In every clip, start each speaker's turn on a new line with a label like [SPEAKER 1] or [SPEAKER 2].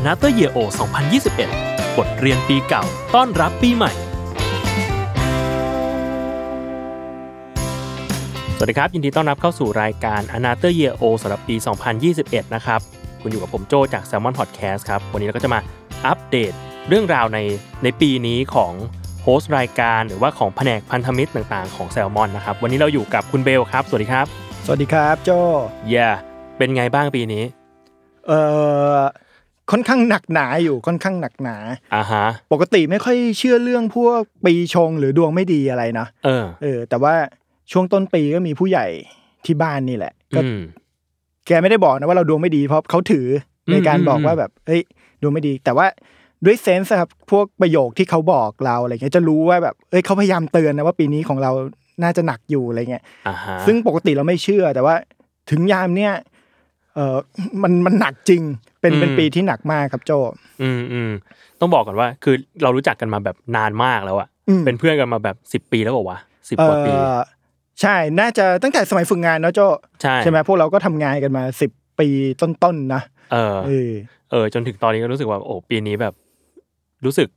[SPEAKER 1] a n o t h e r Year O 2021 บทเรียนปีเก่า ต้อนรับปีใหม่ สวัสดีครับ ยินดีต้อนรับเข้าสู่รายการ a n o t h e r Year O สำหรับปี 2021 นะครับ คุณอยู่กับผมโจจาก Salmon Podcast ครับ วันนี้เราก็จะมาอัปเดตเรื่องราวในในปีนี้ของโฮสต์รายการหรือว่าของแผนกพันธมิตรต่างๆของแซลมอนนะครับ วันนี้เราอยู่กับคุณเบลครับ สวัสดีครับ
[SPEAKER 2] สวัสดีครับโจ
[SPEAKER 1] เย่เป็นไงบ้างปีนี้
[SPEAKER 2] เอ่อค่อนข้างหนักหนาอยู่ค่อนข้างหนักหนา
[SPEAKER 1] อ่าฮะ
[SPEAKER 2] ปกติไม่ค่อยเชื่อเรื่องพวกปีชงหรือดวงไม่ดีอะไรนะ
[SPEAKER 1] เออ
[SPEAKER 2] เออ แต่ว่าช่วงต้นปีก็มีผู้ใหญ่ที่บ้านนี่แหละก็
[SPEAKER 1] อืม
[SPEAKER 2] แกไม่ได้บอกนะว่าเราดวงไม่ดีเพราะเขาถือในการ
[SPEAKER 1] อืม
[SPEAKER 2] บอกว่าแบบเฮ้ยดวงไม่ดี แต่ว่าด้วยเซนส์ครับพวกประโยคที่เขาบอกเราอะไรเงี้ยจะรู้ว่าแบบเอ้ยเขาพยายามเตือนนะว่าปีนี้ของเราน่าจะหนักอยู่อะไรเงี้ย
[SPEAKER 1] อ่าฮะ
[SPEAKER 2] ซึ่งปกติเราไม่เชื่อ แต่ว่าถึงยามเนี่ยเออมันมันหนักจริง เป็นเป็นปีที่หนักมากครับโจ
[SPEAKER 1] อืมอืมต้องบอกก่อนว่า คือเรารู้จักกันมาแบบนานมากแล้วอะ
[SPEAKER 2] อืม
[SPEAKER 1] เป็นเพื่อนกันมาแบบสิบปีแล้วเปล่าวะสิบ
[SPEAKER 2] เอก
[SPEAKER 1] ว่าปี
[SPEAKER 2] อใช่น่าจะตั้งแต่สมัยฝึกงานเนาะโจ
[SPEAKER 1] ใช่
[SPEAKER 2] ใช่ไหมพวกเราก็ทำงานกันมาสิบปีต้นๆนะ
[SPEAKER 1] เออ
[SPEAKER 2] เออ
[SPEAKER 1] เออ จนถึงตอนนี้ก็รู้สึกว่าโอ้ปีนี้แบบ รู้สึก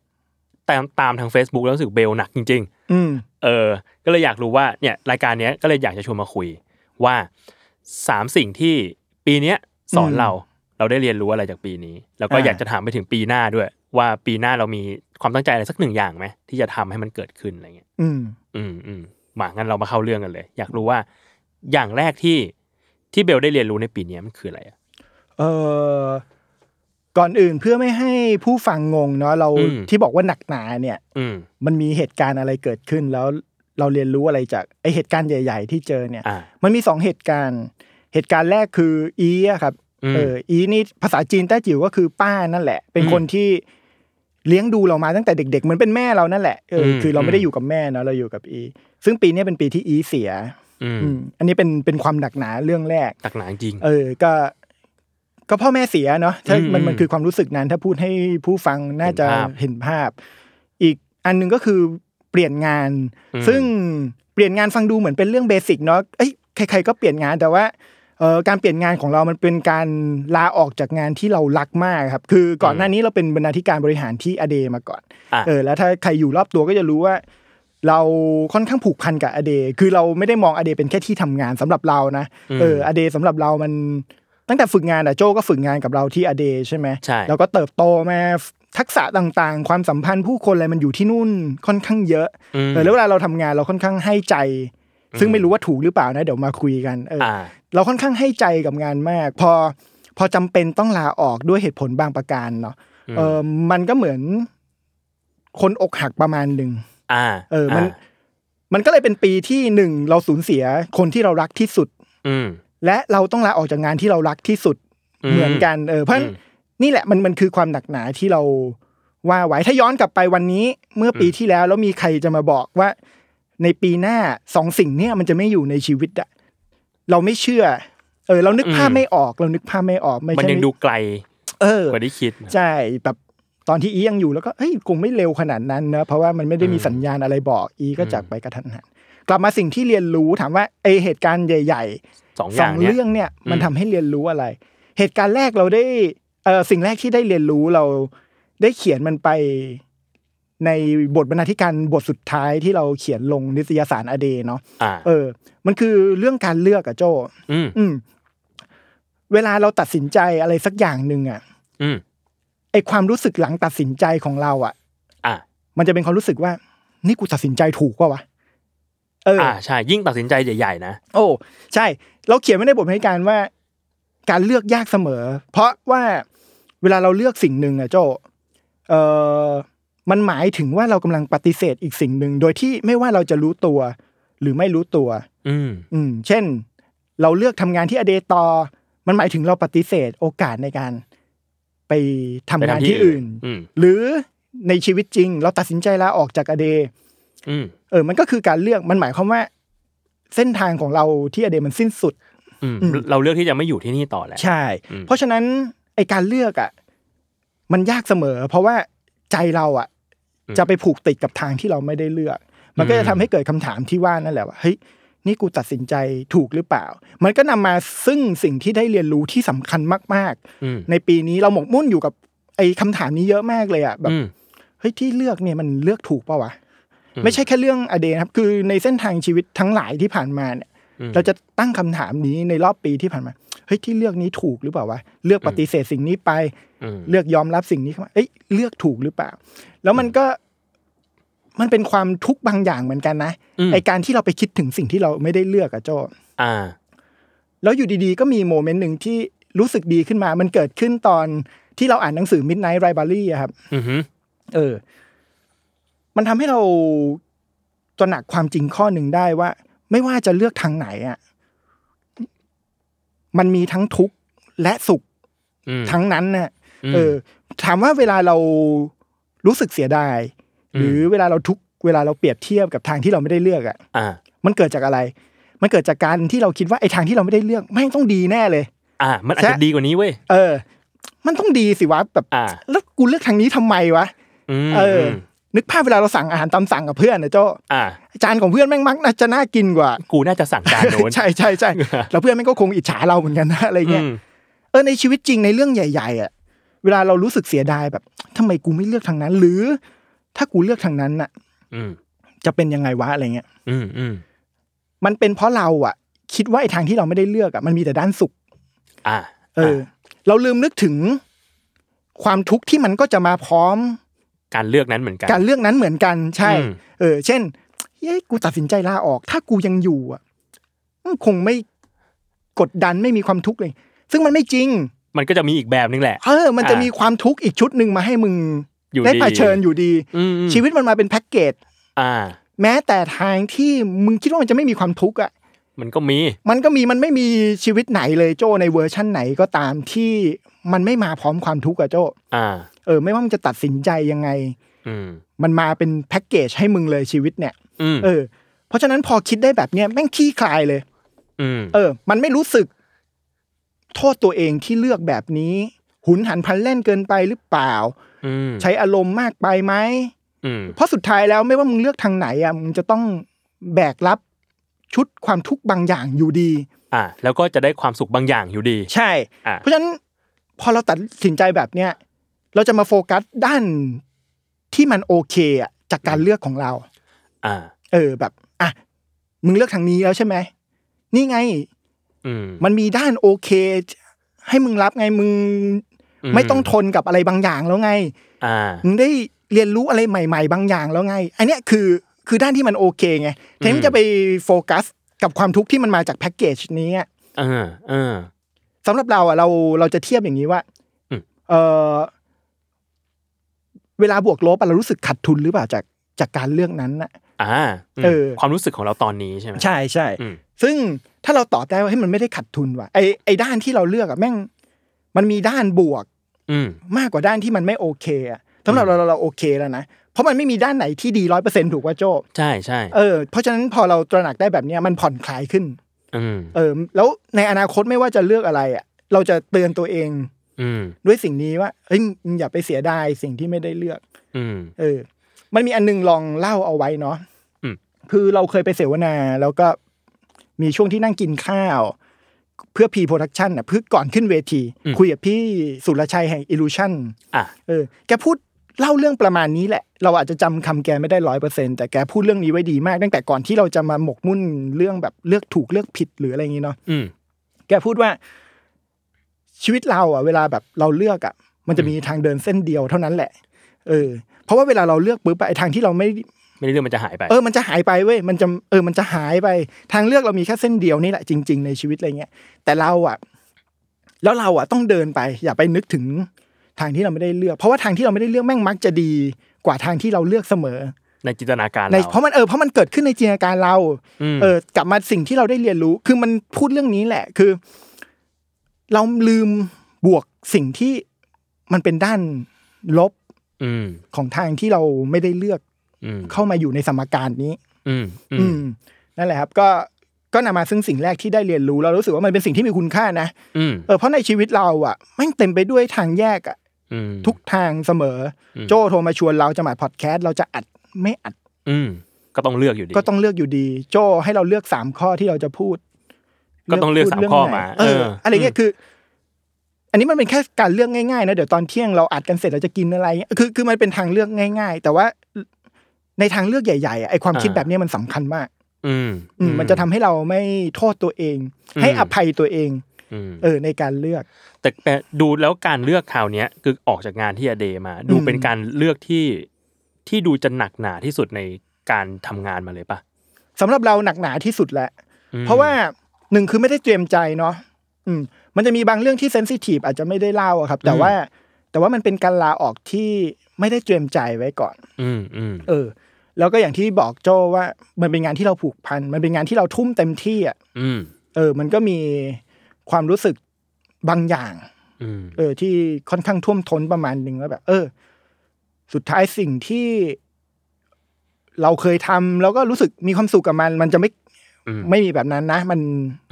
[SPEAKER 1] ตามตามทาง Facebook แล้วรู้สึกเบลหนักจริง
[SPEAKER 2] อืม
[SPEAKER 1] ๆ เออ ก็เลยอยากรู้ว่าเนี่ยรายการเนี้ยก็เลยอยากจะชวนมาคุยว่าสามสิ่งที่ปีเนี้ยสอน
[SPEAKER 2] อืม
[SPEAKER 1] เราเราได้เรียนรู้อะไรจากปีนี้ แล้วก็
[SPEAKER 2] อ่า
[SPEAKER 1] อยากจะถามไปถึงปีหน้าด้วย ว่าปีหน้าเรามีความตั้งใจอะไรสักหนึ่งอย่างไหมที่จะทำให้มันเกิดขึ้นอะไรเงี้ย
[SPEAKER 2] อืม
[SPEAKER 1] อืมอืมมางั้นเรามาเข้าเรื่องกันเลย อยากรู้ว่าอย่างแรกที่ที่เบลได้เรียนรู้ในปีเนี้ยมันคืออะไรอ่ะ
[SPEAKER 2] เออก่อนอื่นเพื่อไม่ให้ผู้ฟังงงเนาะเรา
[SPEAKER 1] อืม
[SPEAKER 2] ที่บอกว่าหนักหนาเนี่ย
[SPEAKER 1] อืม
[SPEAKER 2] มันมีเหตุการณ์อะไรเกิดขึ้น แล้วเราเรียนรู้อะไรจากไอเหตุการณ์ใหญ่ ๆ ที่เจอเนี่ย
[SPEAKER 1] อ่า
[SPEAKER 2] มันมีสองเหตุการณ์ เหตุการณ์แรกคืออีอะครับ
[SPEAKER 1] อืม
[SPEAKER 2] เออ อีนี่ภาษาจีนแต้จิ๋วก็คือป้านั่นแหละ เป็น
[SPEAKER 1] อืม
[SPEAKER 2] คนที่เลี้ยงดูเรามาตั้งแต่เด็กๆเหมือนเป็นแม่เรานั่นแหละ เอออ
[SPEAKER 1] ม
[SPEAKER 2] คือเรา
[SPEAKER 1] อืม
[SPEAKER 2] ไม่ได้อยู่กับแม่เนาะ เราอยู่กับอี ซึ่งปีเนี้ยเป็นปีที่อีเสีย
[SPEAKER 1] อืม
[SPEAKER 2] อืม อันนี้เป็นเป็นความหนักหนาเรื่องแรก
[SPEAKER 1] ตักหนังจริง
[SPEAKER 2] เออ ก็ ก็พ่อแม่เสียเนาะ ถ้า
[SPEAKER 1] อืม
[SPEAKER 2] มัน
[SPEAKER 1] อืม
[SPEAKER 2] มันคือความรู้สึกนั้น ถ้าพูดให้ผู้ฟังน่าจะ
[SPEAKER 1] เห็นภาพ
[SPEAKER 2] เห็นภาพ อีกอันหนึงก็คือเปลี่ยนงาน
[SPEAKER 1] อืม
[SPEAKER 2] ซึ่งเปลี่ยนงานฟังดูเหมือนเป็นเรื่องเบสิกเนาะ เอ้ยใครๆก็เปลี่ยนงานแต่ว่าเอ่อการเปลี่ยนงานของเรามันเป็นการลาออกจากงานที่เรารักมากครับ คือก่อนหน้านี้เราเป็นบรรณาธิการบริหารที่อเดมาก่อน
[SPEAKER 1] อ่ะ
[SPEAKER 2] เออแล้วถ้าใครอยู่รอบตัวก็จะรู้ว่า เราค่อนข้างผูกพันกับอเดย์คือเราไม่ได้มองอเดย์เป็นแค่ที่ทำงานสำหรับเรานะ
[SPEAKER 1] อืม
[SPEAKER 2] เอออเดย์สำหรับเรามันตั้งแต่ฝึกงานอะโจก็ฝึกงานกับเราที่อเดย์ใช่ไหม
[SPEAKER 1] ใช่
[SPEAKER 2] แล้วก็เติบโตมาทักษะต่างๆ ความสัมพันธ์ผู้คนอะไรมันอยู่ที่นู่นค่อนข้างเยอะ
[SPEAKER 1] ม
[SPEAKER 2] เออแล้วเวลาเราทำงานเราค่อนข้างให้ใจ ซึ่งไม่รู้ว่าถูกหรือเปล่านะเดี๋ยวมาคุยกันเอออ
[SPEAKER 1] อ่า
[SPEAKER 2] เราค่อนข้างให้ใจกับงานมาก พอพอจำเป็นต้องลาออกด้วยเหตุผลบางประการเนาะ
[SPEAKER 1] อืม
[SPEAKER 2] เออมันก็เหมือน คนอกหักประมาณหนึ่ง
[SPEAKER 1] อ่า
[SPEAKER 2] เออมัน
[SPEAKER 1] า
[SPEAKER 2] มันก็เลยเป็นปีที่หนึ่งเราสูญเสียคนที่เรารักที่สุด
[SPEAKER 1] อืม
[SPEAKER 2] และเราต้องลาออกจากงานที่เรารักที่สุด
[SPEAKER 1] อืม
[SPEAKER 2] เหมือนกันเออเพราะฉะนั้น
[SPEAKER 1] อืม
[SPEAKER 2] นี่แหละมันมันคือความหนักหนาที่เราว่าไว้ถ้าย้อนกลับไปวันนี้ เมื่อปีที่แล้วแล้วมีใครจะมาบอกว่า ในปีหน้าสองสิ่งเนี้ยมันจะไม่อยู่ในชีวิตอะเราไม่เชื่อ เออ เรานึก
[SPEAKER 1] อืม
[SPEAKER 2] ภาพไม่ออก เรานึกภาพไม่ออกไม่
[SPEAKER 1] มัน
[SPEAKER 2] ใช่
[SPEAKER 1] ยัง
[SPEAKER 2] ไม่
[SPEAKER 1] ดูไกล
[SPEAKER 2] เออก
[SPEAKER 1] ว่าที่คิดนะ
[SPEAKER 2] ใช่แบบตอนที่อียังอยู่แล้วก็เฮ้ยคงไม่เร็วขนาดนั้นนะเพราะว่ามันไม่ได้มีสัญญาณอะไรบอก อีก็จากไปกระทันหันกลับมาสิ่งที่เรียนรู้ถามว่าไอเหตุการณ์ใหญ่ ๆ
[SPEAKER 1] สองอ
[SPEAKER 2] สอย่าง
[SPEAKER 1] งเนี้ย
[SPEAKER 2] เรื่องเนี่ย
[SPEAKER 1] อืม
[SPEAKER 2] มันทำให้เรียนรู้อะไร เหตุการณ์แรกเราได้เออสิ่งแรกที่ได้เรียนรู้เราได้เขียนมันไป ในบทบรรณาธิการบทสุดท้ายที่เราเขียนลงนิตยสารอเดเนาะ
[SPEAKER 1] อ่า
[SPEAKER 2] เออ มันคือเรื่องการเลือกอะโจ
[SPEAKER 1] อืม
[SPEAKER 2] อืม เวลาเราตัดสินใจอะไรสักอย่างหนึ่งอะ
[SPEAKER 1] อืม
[SPEAKER 2] ไอความรู้สึกหลังตัดสินใจของเราอะ
[SPEAKER 1] อ่า
[SPEAKER 2] มันจะเป็นความรู้สึกว่า นี่กูตัดสินใจถูกป่าวะเอออ
[SPEAKER 1] อ่าใช่ยิ่งตัดสินใจใหญ่ๆนะ
[SPEAKER 2] โอ้ ใช่ เราเขียนไว้ในบทบรรณาธิการว่า การเลือกยากเสมอ เพราะว่าเวลาเราเลือกสิ่งหนึ่งอะโจเออมันหมายถึงว่าเรากำลังปฏิเสธอีกสิ่งหนึ่ง โดยที่ไม่ว่าเราจะรู้ตัว หรือไม่รู้ตัว
[SPEAKER 1] อืม
[SPEAKER 2] อืม เช่น เราเลือกทำงานที่อเดตอ มันหมายถึงเราปฏิเสธโอกาสในการ ไปทำ
[SPEAKER 1] ไป
[SPEAKER 2] งาน
[SPEAKER 1] ทำที่
[SPEAKER 2] ที่
[SPEAKER 1] อื่
[SPEAKER 2] อื่
[SPEAKER 1] น
[SPEAKER 2] น
[SPEAKER 1] อืม
[SPEAKER 2] หรือในชีวิตจริง เราตัดสินใจลาออกจากอเด
[SPEAKER 1] อืม
[SPEAKER 2] เออ มันก็คือการเลือก มันหมายความว่า เส้นทางของเราที่อเดมันสิ้นสุด
[SPEAKER 1] อืมเราเลือกที่จะไม่อยู่ที่นี่ต่อแล้ว
[SPEAKER 2] ใช่
[SPEAKER 1] อืม
[SPEAKER 2] เพราะฉะนั้นไอการเลือกอ่ะ มันยากเสมอ เพราะว่าใจเราอ่ะ จะไปผูกติดกับทางที่เราไม่ได้เลือก มันก็จะทำให้เกิดคำถามที่ว่านั่นแหละว่าเฮ้ยนี่กูตัดสินใจถูกหรือเปล่า มันก็นำมาซึ่งสิ่งที่ได้เรียนรู้ที่สำคัญมาก
[SPEAKER 1] อืม
[SPEAKER 2] ๆ ในปีนี้เราหมกมุ่นอยู่กับไอ้คำถามนี้เยอะมากเลยอ่ะแบบ
[SPEAKER 1] อืม
[SPEAKER 2] เฮ้ยที่เลือกเนี่ยมันเลือกถูกปะวะ
[SPEAKER 1] อืม
[SPEAKER 2] ไม่ใช่แค่เรื่องอเดนะครับ คือในเส้นทางชีวิตทั้งหลายที่ผ่านมาเนี่ย
[SPEAKER 1] อืม
[SPEAKER 2] เราจะตั้งคำถามนี้ในรอบปีที่ผ่านมา เฮ้ยที่เลือกนี้ถูกหรือเปล่าวะ เลือกปฏิเสธสิ่งนี้ไป
[SPEAKER 1] อืม
[SPEAKER 2] เลือกยอมรับสิ่งนี้เข้ามา เอ้ยเลือกถูกหรือเปล่า แล้วมันก็มันเป็นความทุกข์บางอย่างเหมือนกันนะ
[SPEAKER 1] อืม
[SPEAKER 2] ไอการที่เราไปคิดถึงสิ่งที่เราไม่ได้เลือกอะโจ
[SPEAKER 1] อ่า
[SPEAKER 2] แล้วอยู่ดีๆ ก็มีโมเมนต์หนึ่งที่รู้สึกดีขึ้นมา มันเกิดขึ้นตอนที่เราอ่านหนังสือ Midnight Library อะครับ
[SPEAKER 1] อือหือ
[SPEAKER 2] เออ มันทำให้เราตระหนักความจริงข้อหนึ่งได้ว่า ไม่ว่าจะเลือกทางไหนอ่ะ มันมีทั้งทุกข์และสุข
[SPEAKER 1] อืม
[SPEAKER 2] ทั้งนั้นน่ะ
[SPEAKER 1] อืม
[SPEAKER 2] เออ ถามว่าเวลาเรารู้สึกเสียดาย
[SPEAKER 1] อืม
[SPEAKER 2] หรือเวลาเราทุกข์เวลาเราเปรียบเทียบกับทางที่เราไม่ได้เลือกอ่ะ
[SPEAKER 1] อ่า
[SPEAKER 2] มันเกิดจากอะไร มันเกิดจากการที่เราคิดว่าไอ้ทางที่เราไม่ได้เลือกไม่งต้องดีแน่เลย
[SPEAKER 1] อ่า มันอาจจะ
[SPEAKER 2] ใช่
[SPEAKER 1] ดีกว่านี้เว้ย
[SPEAKER 2] เออ มันต้องดีสิวะแบบ
[SPEAKER 1] อ่า
[SPEAKER 2] แล้วกูเลือกทางนี้ทำไมวะ
[SPEAKER 1] อืม
[SPEAKER 2] เออ
[SPEAKER 1] ม
[SPEAKER 2] อนึกภาพเวลาเราสั่งอาหารตามสั่งกับเพื่อนนะโจ้
[SPEAKER 1] อ่า
[SPEAKER 2] จานของเพื่อนแม่งมักน่าจะน่ากินกว่า
[SPEAKER 1] กูน่าจะสั่งการโน้น
[SPEAKER 2] ใช่ใช่ใช่ แล้วเพื่อนแม่งก็คงอิจฉาเราเหมือนกันนะอะไร
[SPEAKER 1] อื
[SPEAKER 2] เงี้ย
[SPEAKER 1] ม
[SPEAKER 2] เออในชีวิตจริงในเรื่องใหญ่ ๆ อ่ะ เวลาเรารู้สึกเสียดายแบบทำไมกูไม่เลือกทางนั้น หรือ ถ้ากูเลือกทางนั้นน่ะ
[SPEAKER 1] อืม
[SPEAKER 2] จะเป็นยังไงวะอะไรเงี้ย
[SPEAKER 1] อืมอืม
[SPEAKER 2] มันเป็นเพราะเราอ่ะ คิดว่าไอ้ทางที่เราไม่ได้เลือกอ่ะมันมีแต่ด้านสุข
[SPEAKER 1] อ่า
[SPEAKER 2] เออ เราลืมนึกถึงความทุกข์ที่มันก็จะมาพร้อม
[SPEAKER 1] การเลือกนั้นเหมือนกัน
[SPEAKER 2] การเลือกนั้นเหมือนกันใช่
[SPEAKER 1] อืม
[SPEAKER 2] เออ เช่นเย้ยกูตัดสินใจลาออก ถ้ากูยังอยู่อ่ะมันคงไม่กดดันไม่มีความทุกข์เลย ซึ่งมันไม่จริง
[SPEAKER 1] มันก็จะมีอีกแบบนึงแหละ
[SPEAKER 2] เออ มันจะ
[SPEAKER 1] อ่ามี
[SPEAKER 2] มีความทุกข์อีกชุดหนึ่งมาให้มึง
[SPEAKER 1] อยู่
[SPEAKER 2] ได้
[SPEAKER 1] ดี
[SPEAKER 2] เผชิญอยู่ดี
[SPEAKER 1] อืมอืม
[SPEAKER 2] ชีวิตมันมาเป็นแพ็กเกจ
[SPEAKER 1] อ่า
[SPEAKER 2] แม้แต่ทางที่มึงคิดว่ามันจะไม่มีความทุกข์อ่ะ
[SPEAKER 1] มันก็มี
[SPEAKER 2] มันก็มีมันไม่มีชีวิตไหนเลยโจในเวอร์ชั่นไหนก็ตามที่มันไม่มาพร้อมความทุกข์อะโจ
[SPEAKER 1] อ่า
[SPEAKER 2] เออไม่ว่ามึงจะตัดสินใจยังไง
[SPEAKER 1] อืม
[SPEAKER 2] มันมาเป็นแพ็กเกจให้มึงเลยชีวิตเนี่ย
[SPEAKER 1] อืม
[SPEAKER 2] เออ เพราะฉะนั้นพอคิดได้แบบเนี้ยแม่งขี้คลายเลย
[SPEAKER 1] อืม
[SPEAKER 2] เออ มันไม่รู้สึก โทษตัวเองที่เลือกแบบนี้ หุนหันพลันแล่นเกินไปหรือเปล่า
[SPEAKER 1] อืม
[SPEAKER 2] ใช้อารมณ์มากไปไหม
[SPEAKER 1] อืม
[SPEAKER 2] เพราะสุดท้ายแล้วไม่ว่ามึงเลือกทางไหนอ่ะมึงจะต้องแบกรับชุดความทุกข์บางอย่างอยู่ดี
[SPEAKER 1] อ่า แล้วก็จะได้ความสุขบางอย่างอยู่ดี
[SPEAKER 2] ใช่
[SPEAKER 1] อ่า
[SPEAKER 2] เพราะฉะนั้นพอเราตัดสินใจแบบเนี้ยเราจะมาโฟกัสด้านที่มันโอเคอ่ะจากการเลือกของเรา
[SPEAKER 1] อ่า
[SPEAKER 2] เออแบบอ่ะมึงเลือกทางนี้แล้วใช่ไหมนี่ไง
[SPEAKER 1] อืม
[SPEAKER 2] มันมีด้านโอเค ให้มึงรับไงมึงไม่ต้องทนกับอะไรบางอย่างแล้วไง
[SPEAKER 1] อ่า
[SPEAKER 2] มึงได้เรียนรู้อะไรใหม่ ๆ บางอย่างแล้วไง อันเนี้ยคือคือด้านที่มันโอเคไงแทนที่จะไปโฟกัสกับความทุกข์ที่มันมาจากแพ็กเกจนี้อะ
[SPEAKER 1] เออ เออ
[SPEAKER 2] สำหรับเราอ่ะเราเราจะเทียบอย่างนี้ว่า
[SPEAKER 1] อืม
[SPEAKER 2] เออเวลาบวกลบอะเรารู้สึกขาดทุนหรือเปล่าจากจากการเลือกนั้นน่ะ
[SPEAKER 1] อ่าอืม
[SPEAKER 2] เออ
[SPEAKER 1] ความรู้สึกของเราตอนนี้ใช่ไหม
[SPEAKER 2] ใช่ใช่
[SPEAKER 1] อืม
[SPEAKER 2] ซึ่งถ้าเราตอบได้ว่าให้ยมันไม่ได้ขัดทุนว่ะไอไอด้านที่เราเลือกอะแม่ง มันมีด้านบวก
[SPEAKER 1] อืม
[SPEAKER 2] มากกว่าด้านที่มันไม่โอเคอะสำหรับเราเราเราโอเคแล้วนะ เพราะมันไม่มีด้านไหนที่ดีร้อยเปอร์เซ็นถูกว่าโจ
[SPEAKER 1] ใช่ใช่
[SPEAKER 2] เออเพราะฉะนั้นพอเราตระหนักได้แบบเนี้ยมันผ่อนคลายขึ้น
[SPEAKER 1] อืม
[SPEAKER 2] เออ แล้วในอนาคตไม่ว่าจะเลือกอะไรอะเราจะเตือนตัวเอง
[SPEAKER 1] อืม
[SPEAKER 2] ด้วยสิ่งนี้ว่าเฮ้ยมึงอย่าไปเสียดายสิ่งที่ไม่ได้เลือก
[SPEAKER 1] อืม
[SPEAKER 2] เออ มันมีอันนึงลองเล่าเอาไว้เนาะ
[SPEAKER 1] อืม
[SPEAKER 2] คือเราเคยไปเสวนาแล้วก็มีช่วงที่นั่งกินข้าว เพื่อพีโปรดักชันอ่ะเพื่อก่อนขึ้นเวที คุยกับพี่สุรชัยแห่ง Illusion
[SPEAKER 1] อ่ะ
[SPEAKER 2] เออแกพูด เล่าเรื่องประมาณนี้แหละ เราอาจจะจำคำแกไม่ได้ร้อยเปอร์เซ็นแต่แกพูดเรื่องนี้ไว้ดีมาก ตั้งแต่ก่อนที่เราจะมาหมกมุ่นเรื่องแบบเลือกถูกเลือกผิดหรืออะไรอย่างนี้เนาะ
[SPEAKER 1] อืม
[SPEAKER 2] แกพูดว่าชีวิตเราอ่ะ เวลาแบบเราเลือกอ่ะ มันจะมีทางเดินเส้นเดียวเท่านั้นแหละ เออ เพราะว่าเวลาเราเลือกปุ๊บอะไอทางที่เราไม่
[SPEAKER 1] ไม่ได้เรื่องมันจะหายไป
[SPEAKER 2] เออ มันจะหายไปเว้ย มันจะ เออ มันจะหายไป ทางเลือกเรามีแค่เส้นเดียวนี่แหละจริง ๆ ในชีวิตอะไรเงี้ย แต่เราอ่ะ แล้วเราอ่ะต้องเดินไป อย่าไปนึกถึงทางที่เราไม่ได้เลือก เพราะว่าทางที่เราไม่ได้เลือกแม่งมักจะดีกว่าทางที่เราเลือกเสมอ
[SPEAKER 1] ในจินตนาการ
[SPEAKER 2] ใน
[SPEAKER 1] เรา
[SPEAKER 2] เพราะมันเออเพราะมันเกิดขึ้นในจินตนาการเรา
[SPEAKER 1] ม
[SPEAKER 2] เออกลับมาสิ่งที่เราได้เรียนรู้ คือมันพูดเรื่องนี้แหละ คือ เราลืมบวกสิ่งที่มันเป็นด้านลบ
[SPEAKER 1] อืม
[SPEAKER 2] ของทางที่เราไม่ได้เลือก
[SPEAKER 1] อืม
[SPEAKER 2] เข้ามาอยู่ในสมการนี้
[SPEAKER 1] อืมอื
[SPEAKER 2] อื
[SPEAKER 1] ม
[SPEAKER 2] มนั่นแหละครับก็ก็นำมาซึ่งสิ่งแรกที่ได้เรียนรู้เรารู้สึกว่ามันเป็นสิ่งที่มีคุณค่านะ
[SPEAKER 1] อืม
[SPEAKER 2] เออเพราะในชีวิตเราอ่ะแม่งเต็มไปด้วยทางแยกอ่ะ
[SPEAKER 1] อืม
[SPEAKER 2] ทุกทางเสมอ
[SPEAKER 1] อืม
[SPEAKER 2] โจโทรมาชวนเราจะมาพอดแคสต์เราจะอัดไม่อัด
[SPEAKER 1] อืมก็ต้องเลือกอยู่ดี
[SPEAKER 2] ก็ต้องเลือกอยู่ดี โจให้เราเลือกสามข้อที่เราจะพูด
[SPEAKER 1] ก็ต้องเลือก
[SPEAKER 2] พูด
[SPEAKER 1] สามข้อ
[SPEAKER 2] รื่งไหน
[SPEAKER 1] มา
[SPEAKER 2] เออ
[SPEAKER 1] เอออ
[SPEAKER 2] อะไรเงี้ยคือ อันนี้มันเป็นแค่การเลือกง่ายๆนะเดี๋ยวตอนเที่ยงเราอัดกันเสร็จเราจะกินอะไรเงี้ยคือคือมันเป็นทางเลือกง่าย ๆ แต่ว่าในทางเลือกใหญ่ๆอะไอความคิดแบบเนี้ยมันสำคัญมาก
[SPEAKER 1] อืม
[SPEAKER 2] อืมมันจะทำให้เราไม่โทษตัวเอง
[SPEAKER 1] อืม
[SPEAKER 2] ให้อภัยตัวเอง
[SPEAKER 1] อืม
[SPEAKER 2] เออในการเลือก
[SPEAKER 1] แต่แต่ดูแล้วการเลือกคราวเนี้ยคือออกจากงานที่อเดมา ดู
[SPEAKER 2] อืม
[SPEAKER 1] เป็นการเลือกที่ที่ดูจะหนักหนาที่สุดในการทำงานมาเลยปะ
[SPEAKER 2] สำหรับเราหนักหนาที่สุดแหละ
[SPEAKER 1] อืม
[SPEAKER 2] เพราะว่าหนึ่งคือไม่ได้เตรียมใจเนาะอืม มันจะมีบางเรื่องที่เซนซิทีฟอาจจะไม่ได้เล่าอะครับ แต่ว่าแต่ว่ามันเป็นการลาออกที่ไม่ได้เตรียมใจไว้ก่อน
[SPEAKER 1] อืมอืม
[SPEAKER 2] เออ แล้วก็อย่างที่บอกโจว่ามันเป็นงานที่เราผูกพัน มันเป็นงานที่เราทุ่มเต็มที่อะ
[SPEAKER 1] อืม
[SPEAKER 2] เออ มันก็มีความรู้สึกบางอย่าง
[SPEAKER 1] อืม
[SPEAKER 2] เออที่ค่อนข้างท่วมท้นประมาณหนึ่งว่าแบบ เออ สุดท้ายสิ่งที่ เราเคยทำแล้วก็รู้สึกมีความสุขกับมัน มันจะไม่
[SPEAKER 1] อืม
[SPEAKER 2] ไม่มีแบบนั้นนะ มัน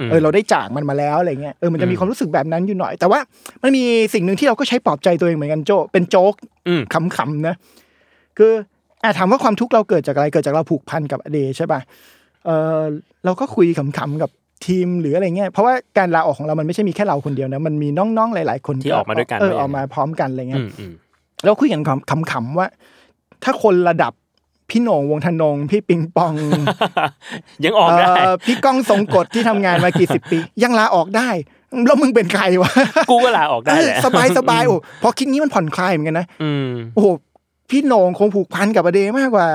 [SPEAKER 1] อืม
[SPEAKER 2] เออเราได้จากมันมาแล้วอะไรเงี้ยเออมันจะมี
[SPEAKER 1] อืม
[SPEAKER 2] ความรู้สึกแบบนั้นอยู่หน่อย แต่ว่ามันมีสิ่งหนึ่งที่เราก็ใช้ปลอบใจตัวเองเหมือนกันโจเป็นโจ๊ก
[SPEAKER 1] อืม
[SPEAKER 2] ขำๆนะคืออ่ะถามว่าความทุกข์เราเกิดจากอะไรเกิดจากเราผูกพันกับอเดย์ใช่ป่ะเออเราก็คุยขำๆกับทีมหรืออะไรเงี้ยเพราะว่าการลาออกของเรามันไม่ใช่มีแค่เราคนเดียวนะมันมีน้องๆหลาย ๆ คน
[SPEAKER 1] ที่ออกมาด้วยกัน
[SPEAKER 2] เออ
[SPEAKER 1] ว่าอย่างนั้น
[SPEAKER 2] ออกมาพร้อมกันอะไรเงี้
[SPEAKER 1] อื
[SPEAKER 2] ย
[SPEAKER 1] มอืม
[SPEAKER 2] แล้วคุยกันขำๆว่า ถ้าคนระดับพี่โหน่งวงธนง พี่ปิงป อง
[SPEAKER 1] ยังออกได้
[SPEAKER 2] เอ่อพี่ก้องทรงกฎที่ทำงานมากี่สิบปี ยังลาออกได้ แล้วมึงเป็นใครวะ
[SPEAKER 1] กูก็ลาออกได้แหละ
[SPEAKER 2] เออสบายสบายโอ้พอคิดนี้มันผ่อนคลายเหมือนกันนะ
[SPEAKER 1] อืม
[SPEAKER 2] โอ้โหพี่โหน่งคงผูกพันกับประเดมากกว่า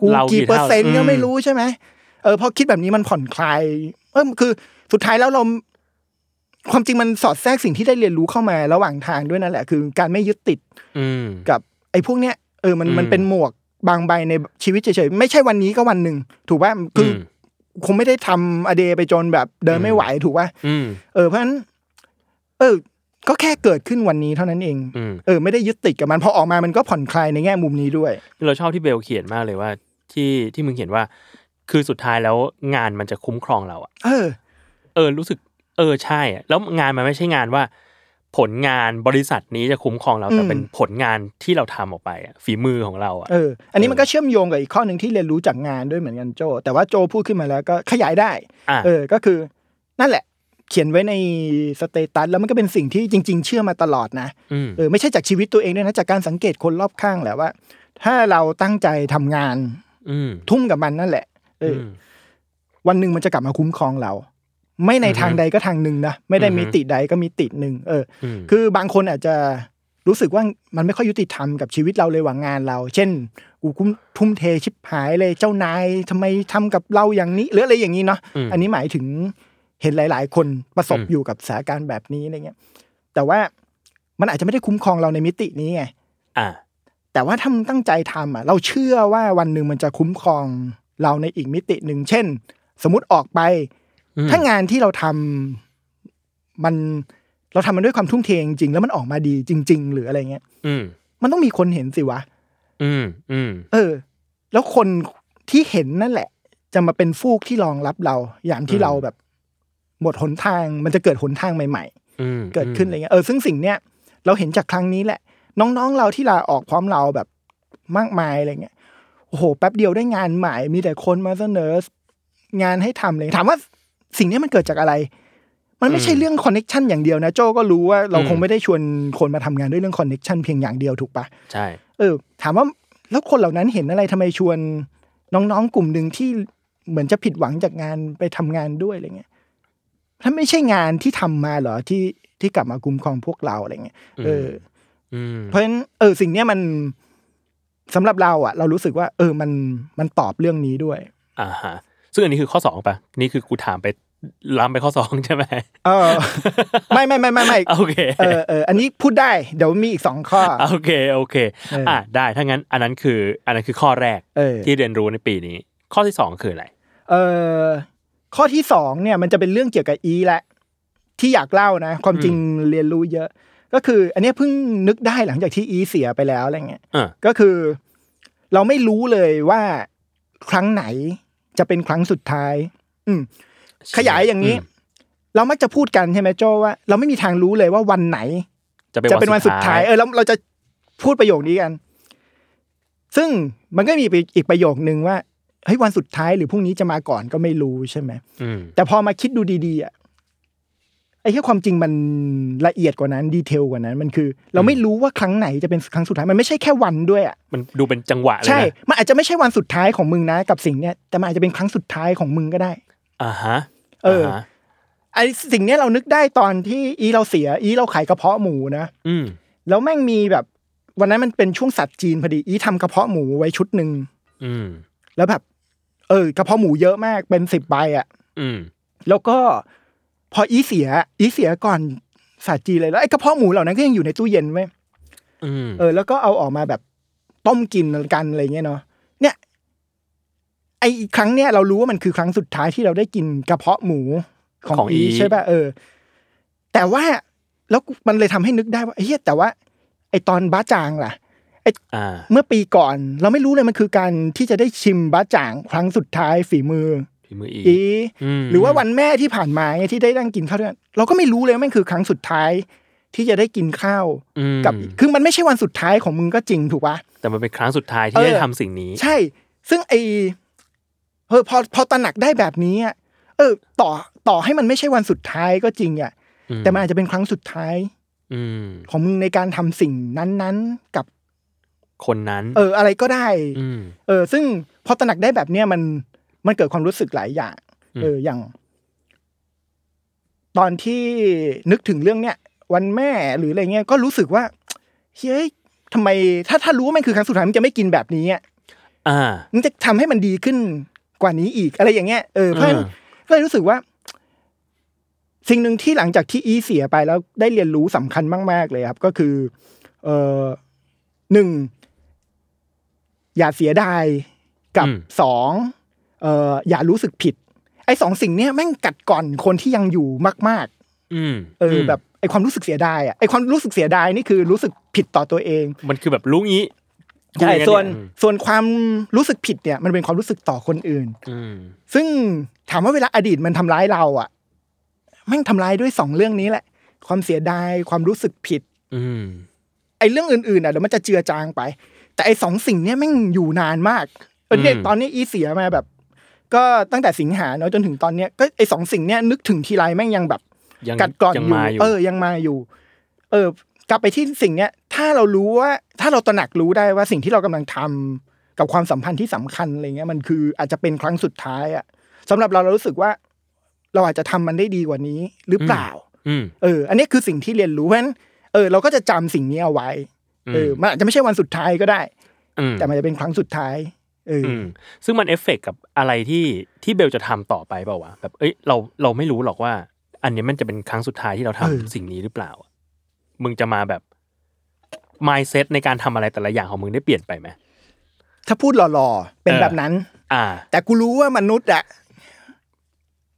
[SPEAKER 2] กู
[SPEAKER 1] เรากี่
[SPEAKER 2] กี่เปอร์เซ็นต์
[SPEAKER 1] เท่า
[SPEAKER 2] ก็ไม่
[SPEAKER 1] อืม
[SPEAKER 2] รู้ใช่ไหมเออพอคิดแบบนี้มันผ่อนคลาย เออคือ สุดท้ายแล้วเรา ความจริงมันสอดแทรกสิ่งที่ได้เรียนรู้เข้ามาระหว่างทางด้วยนั่นแหละคือ การไม่ยึดติด
[SPEAKER 1] อืม
[SPEAKER 2] กับไอ้พวกเนี้ยเออมัน
[SPEAKER 1] อืม
[SPEAKER 2] มันเป็นหมวกบางใบในชีวิตเฉยๆ ไม่ใช่วันนี้ก็วันหนึ่ง ถูกป่ะคื
[SPEAKER 1] ม
[SPEAKER 2] ออคงไม่ได้ทำอเดไปจนแบบเดินไม่ไหวถูกป่ะ
[SPEAKER 1] อืม
[SPEAKER 2] เออเพราะฉะนั้น เออ ก็แค่เกิดขึ้นวันนี้เท่านั้นเอง
[SPEAKER 1] อืม
[SPEAKER 2] เออ ไม่ได้ยึดติดกับมันพอออกมามันก็ผ่อนคลายในแง่มุมนี้ด้วย
[SPEAKER 1] เราชอบที่เบลเขียนมากเลยว่า ที่ที่มึงเขียนว่า คือสุดท้ายแล้วงานมันจะคุ้มครองเราอะ
[SPEAKER 2] เออ
[SPEAKER 1] เออรู้สึกเออใช่อะแล้วงานมันไม่ใช่งานว่า ผลงานบริษัทนี้จะคุ้มครองเราแต่
[SPEAKER 2] อืม
[SPEAKER 1] เป็นผลงานที่เราทำออกไปอะฝีมือของเราอ่ะ
[SPEAKER 2] เออ อันนี้มัน
[SPEAKER 1] เออ
[SPEAKER 2] ก็เชื่อมโยงกับอีกข้อหนึ่งที่เรียนรู้จากงานด้วยเหมือนกันโจ แต่ว่าโจพูดขึ้นมาแล้วก็ขยายได้
[SPEAKER 1] อ่ะ
[SPEAKER 2] เออ ก็คือนั่นแหละ เขียนไว้ในสเตตัสแล้วมันก็เป็นสิ่งที่จริง ๆ เชื่อมาตลอดนะ
[SPEAKER 1] อืม
[SPEAKER 2] เออไม่ใช่จากชีวิตตัวเองด้วยนะ จากการสังเกตคนรอบข้างแหละว่า ถ้าเราตั้งใจทำงาน
[SPEAKER 1] อืม
[SPEAKER 2] ทุ่มกับมันนั่นแหละเอออ
[SPEAKER 1] ม
[SPEAKER 2] วันหนึ่งมันจะกลับมาคุ้มครองเรา ไม่ใน
[SPEAKER 1] อือฮึ
[SPEAKER 2] ทางใดก็ทางหนึ่งนะ ไม่ได้
[SPEAKER 1] อือฮึ
[SPEAKER 2] มีติใดก็มีติหนึ่งเออ
[SPEAKER 1] อืม
[SPEAKER 2] อคือบางคนอาจจะรู้สึกว่ามันไม่ค่อยยุติธรรมกับชีวิตเราเลยว่างานเรา เช่นอูคุ้มทุ่มเทชิบหายเลยเจ้านายทำไมทำกับเราอย่างนี้หรืออะไรอย่างนี้เนาะ
[SPEAKER 1] ม
[SPEAKER 2] อันนี้หมายถึงเห็นหลาย ๆ คนประสบ
[SPEAKER 1] อืม
[SPEAKER 2] อยู่กับสถานการณ์แบบนี้อะไรเงี้ย แต่ว่ามันอาจจะไม่ได้คุ้มครองเราในมิตินี้ไง
[SPEAKER 1] อ่ะ
[SPEAKER 2] แต่ว่าถ้ามึงตั้งใจทำอ่ะ เราเชื่อว่าวันหนึ่งมันจะคุ้มครองเราในอีกมิติหนึ่ง เช่น สมมติออกไป
[SPEAKER 1] อืม
[SPEAKER 2] ถ้างานที่เราทำมันเราทำมันด้วยความทุ่มเทจริงๆแล้วมันออกมาดีจริง ๆ หรืออะไรเงี้ย
[SPEAKER 1] อืม
[SPEAKER 2] มันต้องมีคนเห็นสิวะ
[SPEAKER 1] อืมอืม
[SPEAKER 2] เออ แล้วคนที่เห็นนั่นแหละ จะมาเป็นฟูกที่รองรับเรา อย่างที่เราแบบ หมดหนทางมันจะเกิดหนทางใหม่
[SPEAKER 1] อืม
[SPEAKER 2] ๆ เกิดขึ้นอะไรเงี้ยเออซึ่งสิ่งเนี้ยเราเห็นจากครั้งนี้แหละ น้องๆเราที่ลาออกพร้อมเราแบบมากมายอะไรเงี้ยโอ้โหแป๊บเดียวได้งานใหม่ มีแต่คนมาเสนองานให้ทำเลยถามว่าสิ่งเนี้ยมันเกิดจากอะไร มันไม่ใช่เรื่องคอนเน็ชันอย่างเดียวนะโจก็รู้ว่าเราคงไม่ได้ชวนคนมาทำงานด้วยเรื่องคอนเน็ชันเพียงอย่างเดียวถูกปะ
[SPEAKER 1] ใช่
[SPEAKER 2] เออ ถามว่าแล้วคนเหล่านั้นเห็นอะไรทำไมชวนน้องๆกลุ่มหนึ่งที่เหมือนจะผิดหวังจากงานไปทำงานด้วยอะไรเงี้ยถ้าไม่ใช่งานที่ทำมาเหรอที่ที่กลับมากุมครองพวกเราอะไรเงี้ยเอออ
[SPEAKER 1] อืม
[SPEAKER 2] เพราะฉะนั้นเออสิ่งเนี้ยมันสำหรับเราอะเรารู้สึกว่า เออมันมันตอบเรื่องนี้ด้วย
[SPEAKER 1] อ่าฮะซึ่งอันนี้คือข้อสองปะนี่คือกูถามไปล้ำไปข้อสอง ใช่ไหม
[SPEAKER 2] เออ ไม่ไม่ไม่ไม่ไม่
[SPEAKER 1] โอเค
[SPEAKER 2] เออเอออันนี้พูดได้เดี๋ยวมีอีกสองข้อ
[SPEAKER 1] โอเคโอเค
[SPEAKER 2] เอออ่
[SPEAKER 1] อ่าได้ถ้างั้นอันนั้นคืออันนั้นคือข้อแรก
[SPEAKER 2] เออ
[SPEAKER 1] ที่เรียนรู้ในปีนี้ ข้อที่สองคืออะไร
[SPEAKER 2] เออข้อที่สองเนี่ยมันจะเป็นเรื่องเกี่ยวกับอีแหละ ที่อยากเล่านะ ความจริงเรียนรู้เยอะ ก็คือ อันเนี้ยเพิ่งนึกได้หลังจากที่อีเสียไปแล้วอะไรเงี้ย
[SPEAKER 1] เออ
[SPEAKER 2] ก็คือ เราไม่รู้เลยว่าครั้งไหนจะเป็นครั้งสุดท้าย อืม ขยายอย่างนี้
[SPEAKER 1] ม
[SPEAKER 2] เรามักจะพูดกันใช่ไหมโจว่า เราไม่มีทางรู้เลยว่าวันไหน
[SPEAKER 1] จะเป็น
[SPEAKER 2] จะเป็นวันสุดท้าย เออเราเราจะพูดประโยคนี้กัน ซึ่งมันก็มีอีกประโยคนึงว่าเฮ้ยวันสุดท้ายหรือพรุ่งนี้จะมาก่อนก็ไม่รู้ใช่ไหม
[SPEAKER 1] อืม
[SPEAKER 2] แต่พอมาคิดดูดีๆอ่ะไอ้แค่ความจริงมันละเอียดกว่านั้นดีเทลกว่านั้น มันคือ เราไม่รู้ว่าครั้งไหนจะเป็นครั้งสุดท้ายมันไม่ใช่แค่วันด้วยอ่ะ
[SPEAKER 1] มันดูเป็นจังหวะเลย
[SPEAKER 2] ใช่
[SPEAKER 1] นะ
[SPEAKER 2] มันอาจจะไม่ใช่วันสุดท้ายของมึงนะกับสิ่งเนี้ย แต่มันอาจจะเป็นครั้งสุดท้ายของมึงก็ได้
[SPEAKER 1] อ่าฮะ
[SPEAKER 2] เอออ่
[SPEAKER 1] าฮะ
[SPEAKER 2] ไอ้สิ่งเนี้ยเรานึกได้ตอนที่อีเราเสีย อีเราขายกระเพาะหมูนะ
[SPEAKER 1] อืม
[SPEAKER 2] แล้วแม่งมีแบบวันนั้นมันเป็นช่วงสัตว์จีนพอดีอีทำกระเพาะหมูไว้ชุดหนึ่ง
[SPEAKER 1] อืม
[SPEAKER 2] แล้วแบบ เออกระเพาะหมูเยอะมากเป็นสิบใบอ่ะ
[SPEAKER 1] อืม
[SPEAKER 2] แล้วก็พออีเสีย อีเสียก่อนสัตว์จีนเลยแล้วไอ้กระเพาะหมูเหล่านั้นก็ยังอยู่ในตู้เย็นไว้ย
[SPEAKER 1] อืม
[SPEAKER 2] เออแล้วก็เอาออกมาแบบต้มกินกันอะไรเงี้ยเนาะเนี่ย ไอ้ครั้งเนี้ยเรารู้ว่ามันคือครั้งสุดท้ายที่เราได้กินกระเพาะหมูของอีใช่ป่ะเออ แต่ว่าแล้วมันเลยทำให้นึกได้ว่าเฮ้ยแต่ว่า ไอ้ตอนบ้าจางล่ะ
[SPEAKER 1] อ่า
[SPEAKER 2] เมื่อปีก่อนเราไม่รู้เลยมันคือการที่จะได้ชิมบะจ่างครั้งสุดท้ายฝีมือ
[SPEAKER 1] ฝีมืออีก
[SPEAKER 2] อี
[SPEAKER 1] ม
[SPEAKER 2] หรือว่าวันแม่ที่ผ่านมาเนี่ยที่ได้นั่งกินข้าวด้วยกันเราก็ไม่รู้เลยว่ามันคือครั้งสุดท้าย ที่จะได้กินข้าว
[SPEAKER 1] อืม
[SPEAKER 2] กับคือมันไม่ใช่วันสุดท้ายของมึงก็จริงถูกปะ
[SPEAKER 1] แต่มันเป็นครั้งสุดท้าย
[SPEAKER 2] เอ
[SPEAKER 1] ที่
[SPEAKER 2] อ
[SPEAKER 1] ได้ทำสิ่งนี้
[SPEAKER 2] ใช่ ซึ่งไอเออพอพอตระหนักได้แบบนี้อะเออ ต่อต่อให้มันไม่ใช่วันสุดท้ายก็จริงอ่ะ
[SPEAKER 1] อืม
[SPEAKER 2] แต่มันอาจจะเป็นครั้งสุดท้าย
[SPEAKER 1] อืม
[SPEAKER 2] ของมึงในการทำสิ่งนั้นๆ กับ
[SPEAKER 1] คนนั้น
[SPEAKER 2] เอออะไรก็ได้
[SPEAKER 1] ม
[SPEAKER 2] เออซึ่งพอตระหนักได้แบบเนี้ยมันมันเกิดความรู้สึกหลายอย่าง
[SPEAKER 1] อืม
[SPEAKER 2] เอออย่าง ตอนที่นึกถึงเรื่องเนี้ยวันแม่หรืออะไรเงี้ยก็รู้สึกว่าเฮ้ยทำไม ถ้าถ้ารู้ว่ามันคือครั้งสุดท้ายมันจะไม่กินแบบนี้อะ
[SPEAKER 1] อ่า
[SPEAKER 2] มันจะทำให้มันดีขึ้นกว่านี้อีกอะไรอย่างเงี้ยเออเพราะฉะนั้น
[SPEAKER 1] อ่า
[SPEAKER 2] ก็เลยรู้สึกว่า สิ่งหนึ่งที่หลังจากที่อีเสียไปแล้วได้เรียนรู้สำคัญมาก ๆ เลยครับ ก็คือ เออหนึ่ง อย่าเสียดายกับ
[SPEAKER 1] อืม
[SPEAKER 2] สองเอออย่ารู้สึกผิด ไอ้สองสิ่งเนี้ยแม่งกัดก่อนคนที่ยังอยู่มาก
[SPEAKER 1] อืม
[SPEAKER 2] ๆ เอออแบบไอ้ความรู้สึกเสียดายอ่ะไอ้ความรู้สึกเสียดายนี่คือรู้สึกผิดต่อตัวเอง
[SPEAKER 1] มันคือแบบรู้งี้
[SPEAKER 2] ใช่
[SPEAKER 1] คุยกัเย
[SPEAKER 2] ส่วน
[SPEAKER 1] อืม
[SPEAKER 2] ส่วนความรู้สึกผิดเนี่ย มันเป็นความรู้สึกต่อคนอื่น
[SPEAKER 1] อืม
[SPEAKER 2] ซึ่งถามว่าเวลาอดีตมันทำร้ายเราอ่ะแม่งทำร้ายด้วยสองเรื่องนี้แหละ ความเสียดายความรู้สึกผิด
[SPEAKER 1] อืม
[SPEAKER 2] ไอ้เรื่องอื่นๆน่ะเดี๋ยวมันจะเจือจางไป แต่ไอ้สองสิ่งเนี้ยแม่งอยู่นานมากเออเนี่ย
[SPEAKER 1] อืม
[SPEAKER 2] ตอนนี้อีเสียมาแบบ ก็ตั้งแต่สิงหาเนาะจนถึงตอนเนี้ยก็ไอ้สองสิ่งเนี้ยนึกถึงทีไรแม่งยังแบบ
[SPEAKER 1] ยัง
[SPEAKER 2] กัดกร่อน
[SPEAKER 1] ยัง
[SPEAKER 2] อยู่
[SPEAKER 1] มาอยู่
[SPEAKER 2] เออยังมาอยู่ เออ กลับไปที่สิ่งเนี้ย ถ้าเรารู้ว่า ถ้าเราตระหนักรู้ได้ว่าสิ่งที่เรากำลังทำกับความสัมพันธ์ที่สำคัญอะไรเงี้ยมันคืออาจจะเป็นครั้งสุดท้ายอะสำหรับเราเรารู้สึกว่า เราอาจจะทำมันได้ดีกว่านี้ หรือเปล่า
[SPEAKER 1] อืม
[SPEAKER 2] เออ อันนี้คือสิ่งที่เรียนรู้เพราะฉะนั้นเออเราก็จะจำสิ่งนี้เอาไว้
[SPEAKER 1] อืม
[SPEAKER 2] เออมันอาจจะไม่ใช่วันสุดท้ายก็ได้
[SPEAKER 1] ม
[SPEAKER 2] แต่มันจะเป็นครั้งสุดท้ายเอออ
[SPEAKER 1] อืม ซึ่งมันเอฟเฟกต์กับอะไรที่ที่เบลจะทำต่อไปเปล่าวะแบบเอ้ยเราเราไม่รู้หรอกว่า อันเนี้ยมันจะเป็นครั้งสุดท้ายที่เราทำสิ่งนี้หรือเปล่าอะมึงจะมาแบบ mindset ในการทำอะไรแต่ละอย่างของมึงได้เปลี่ยนไปไหม
[SPEAKER 2] ถ้าพูดหล่อๆเป็น
[SPEAKER 1] เออ
[SPEAKER 2] แบบนั้น
[SPEAKER 1] อ่า
[SPEAKER 2] แต่กูรู้ว่ามนุษย์อะ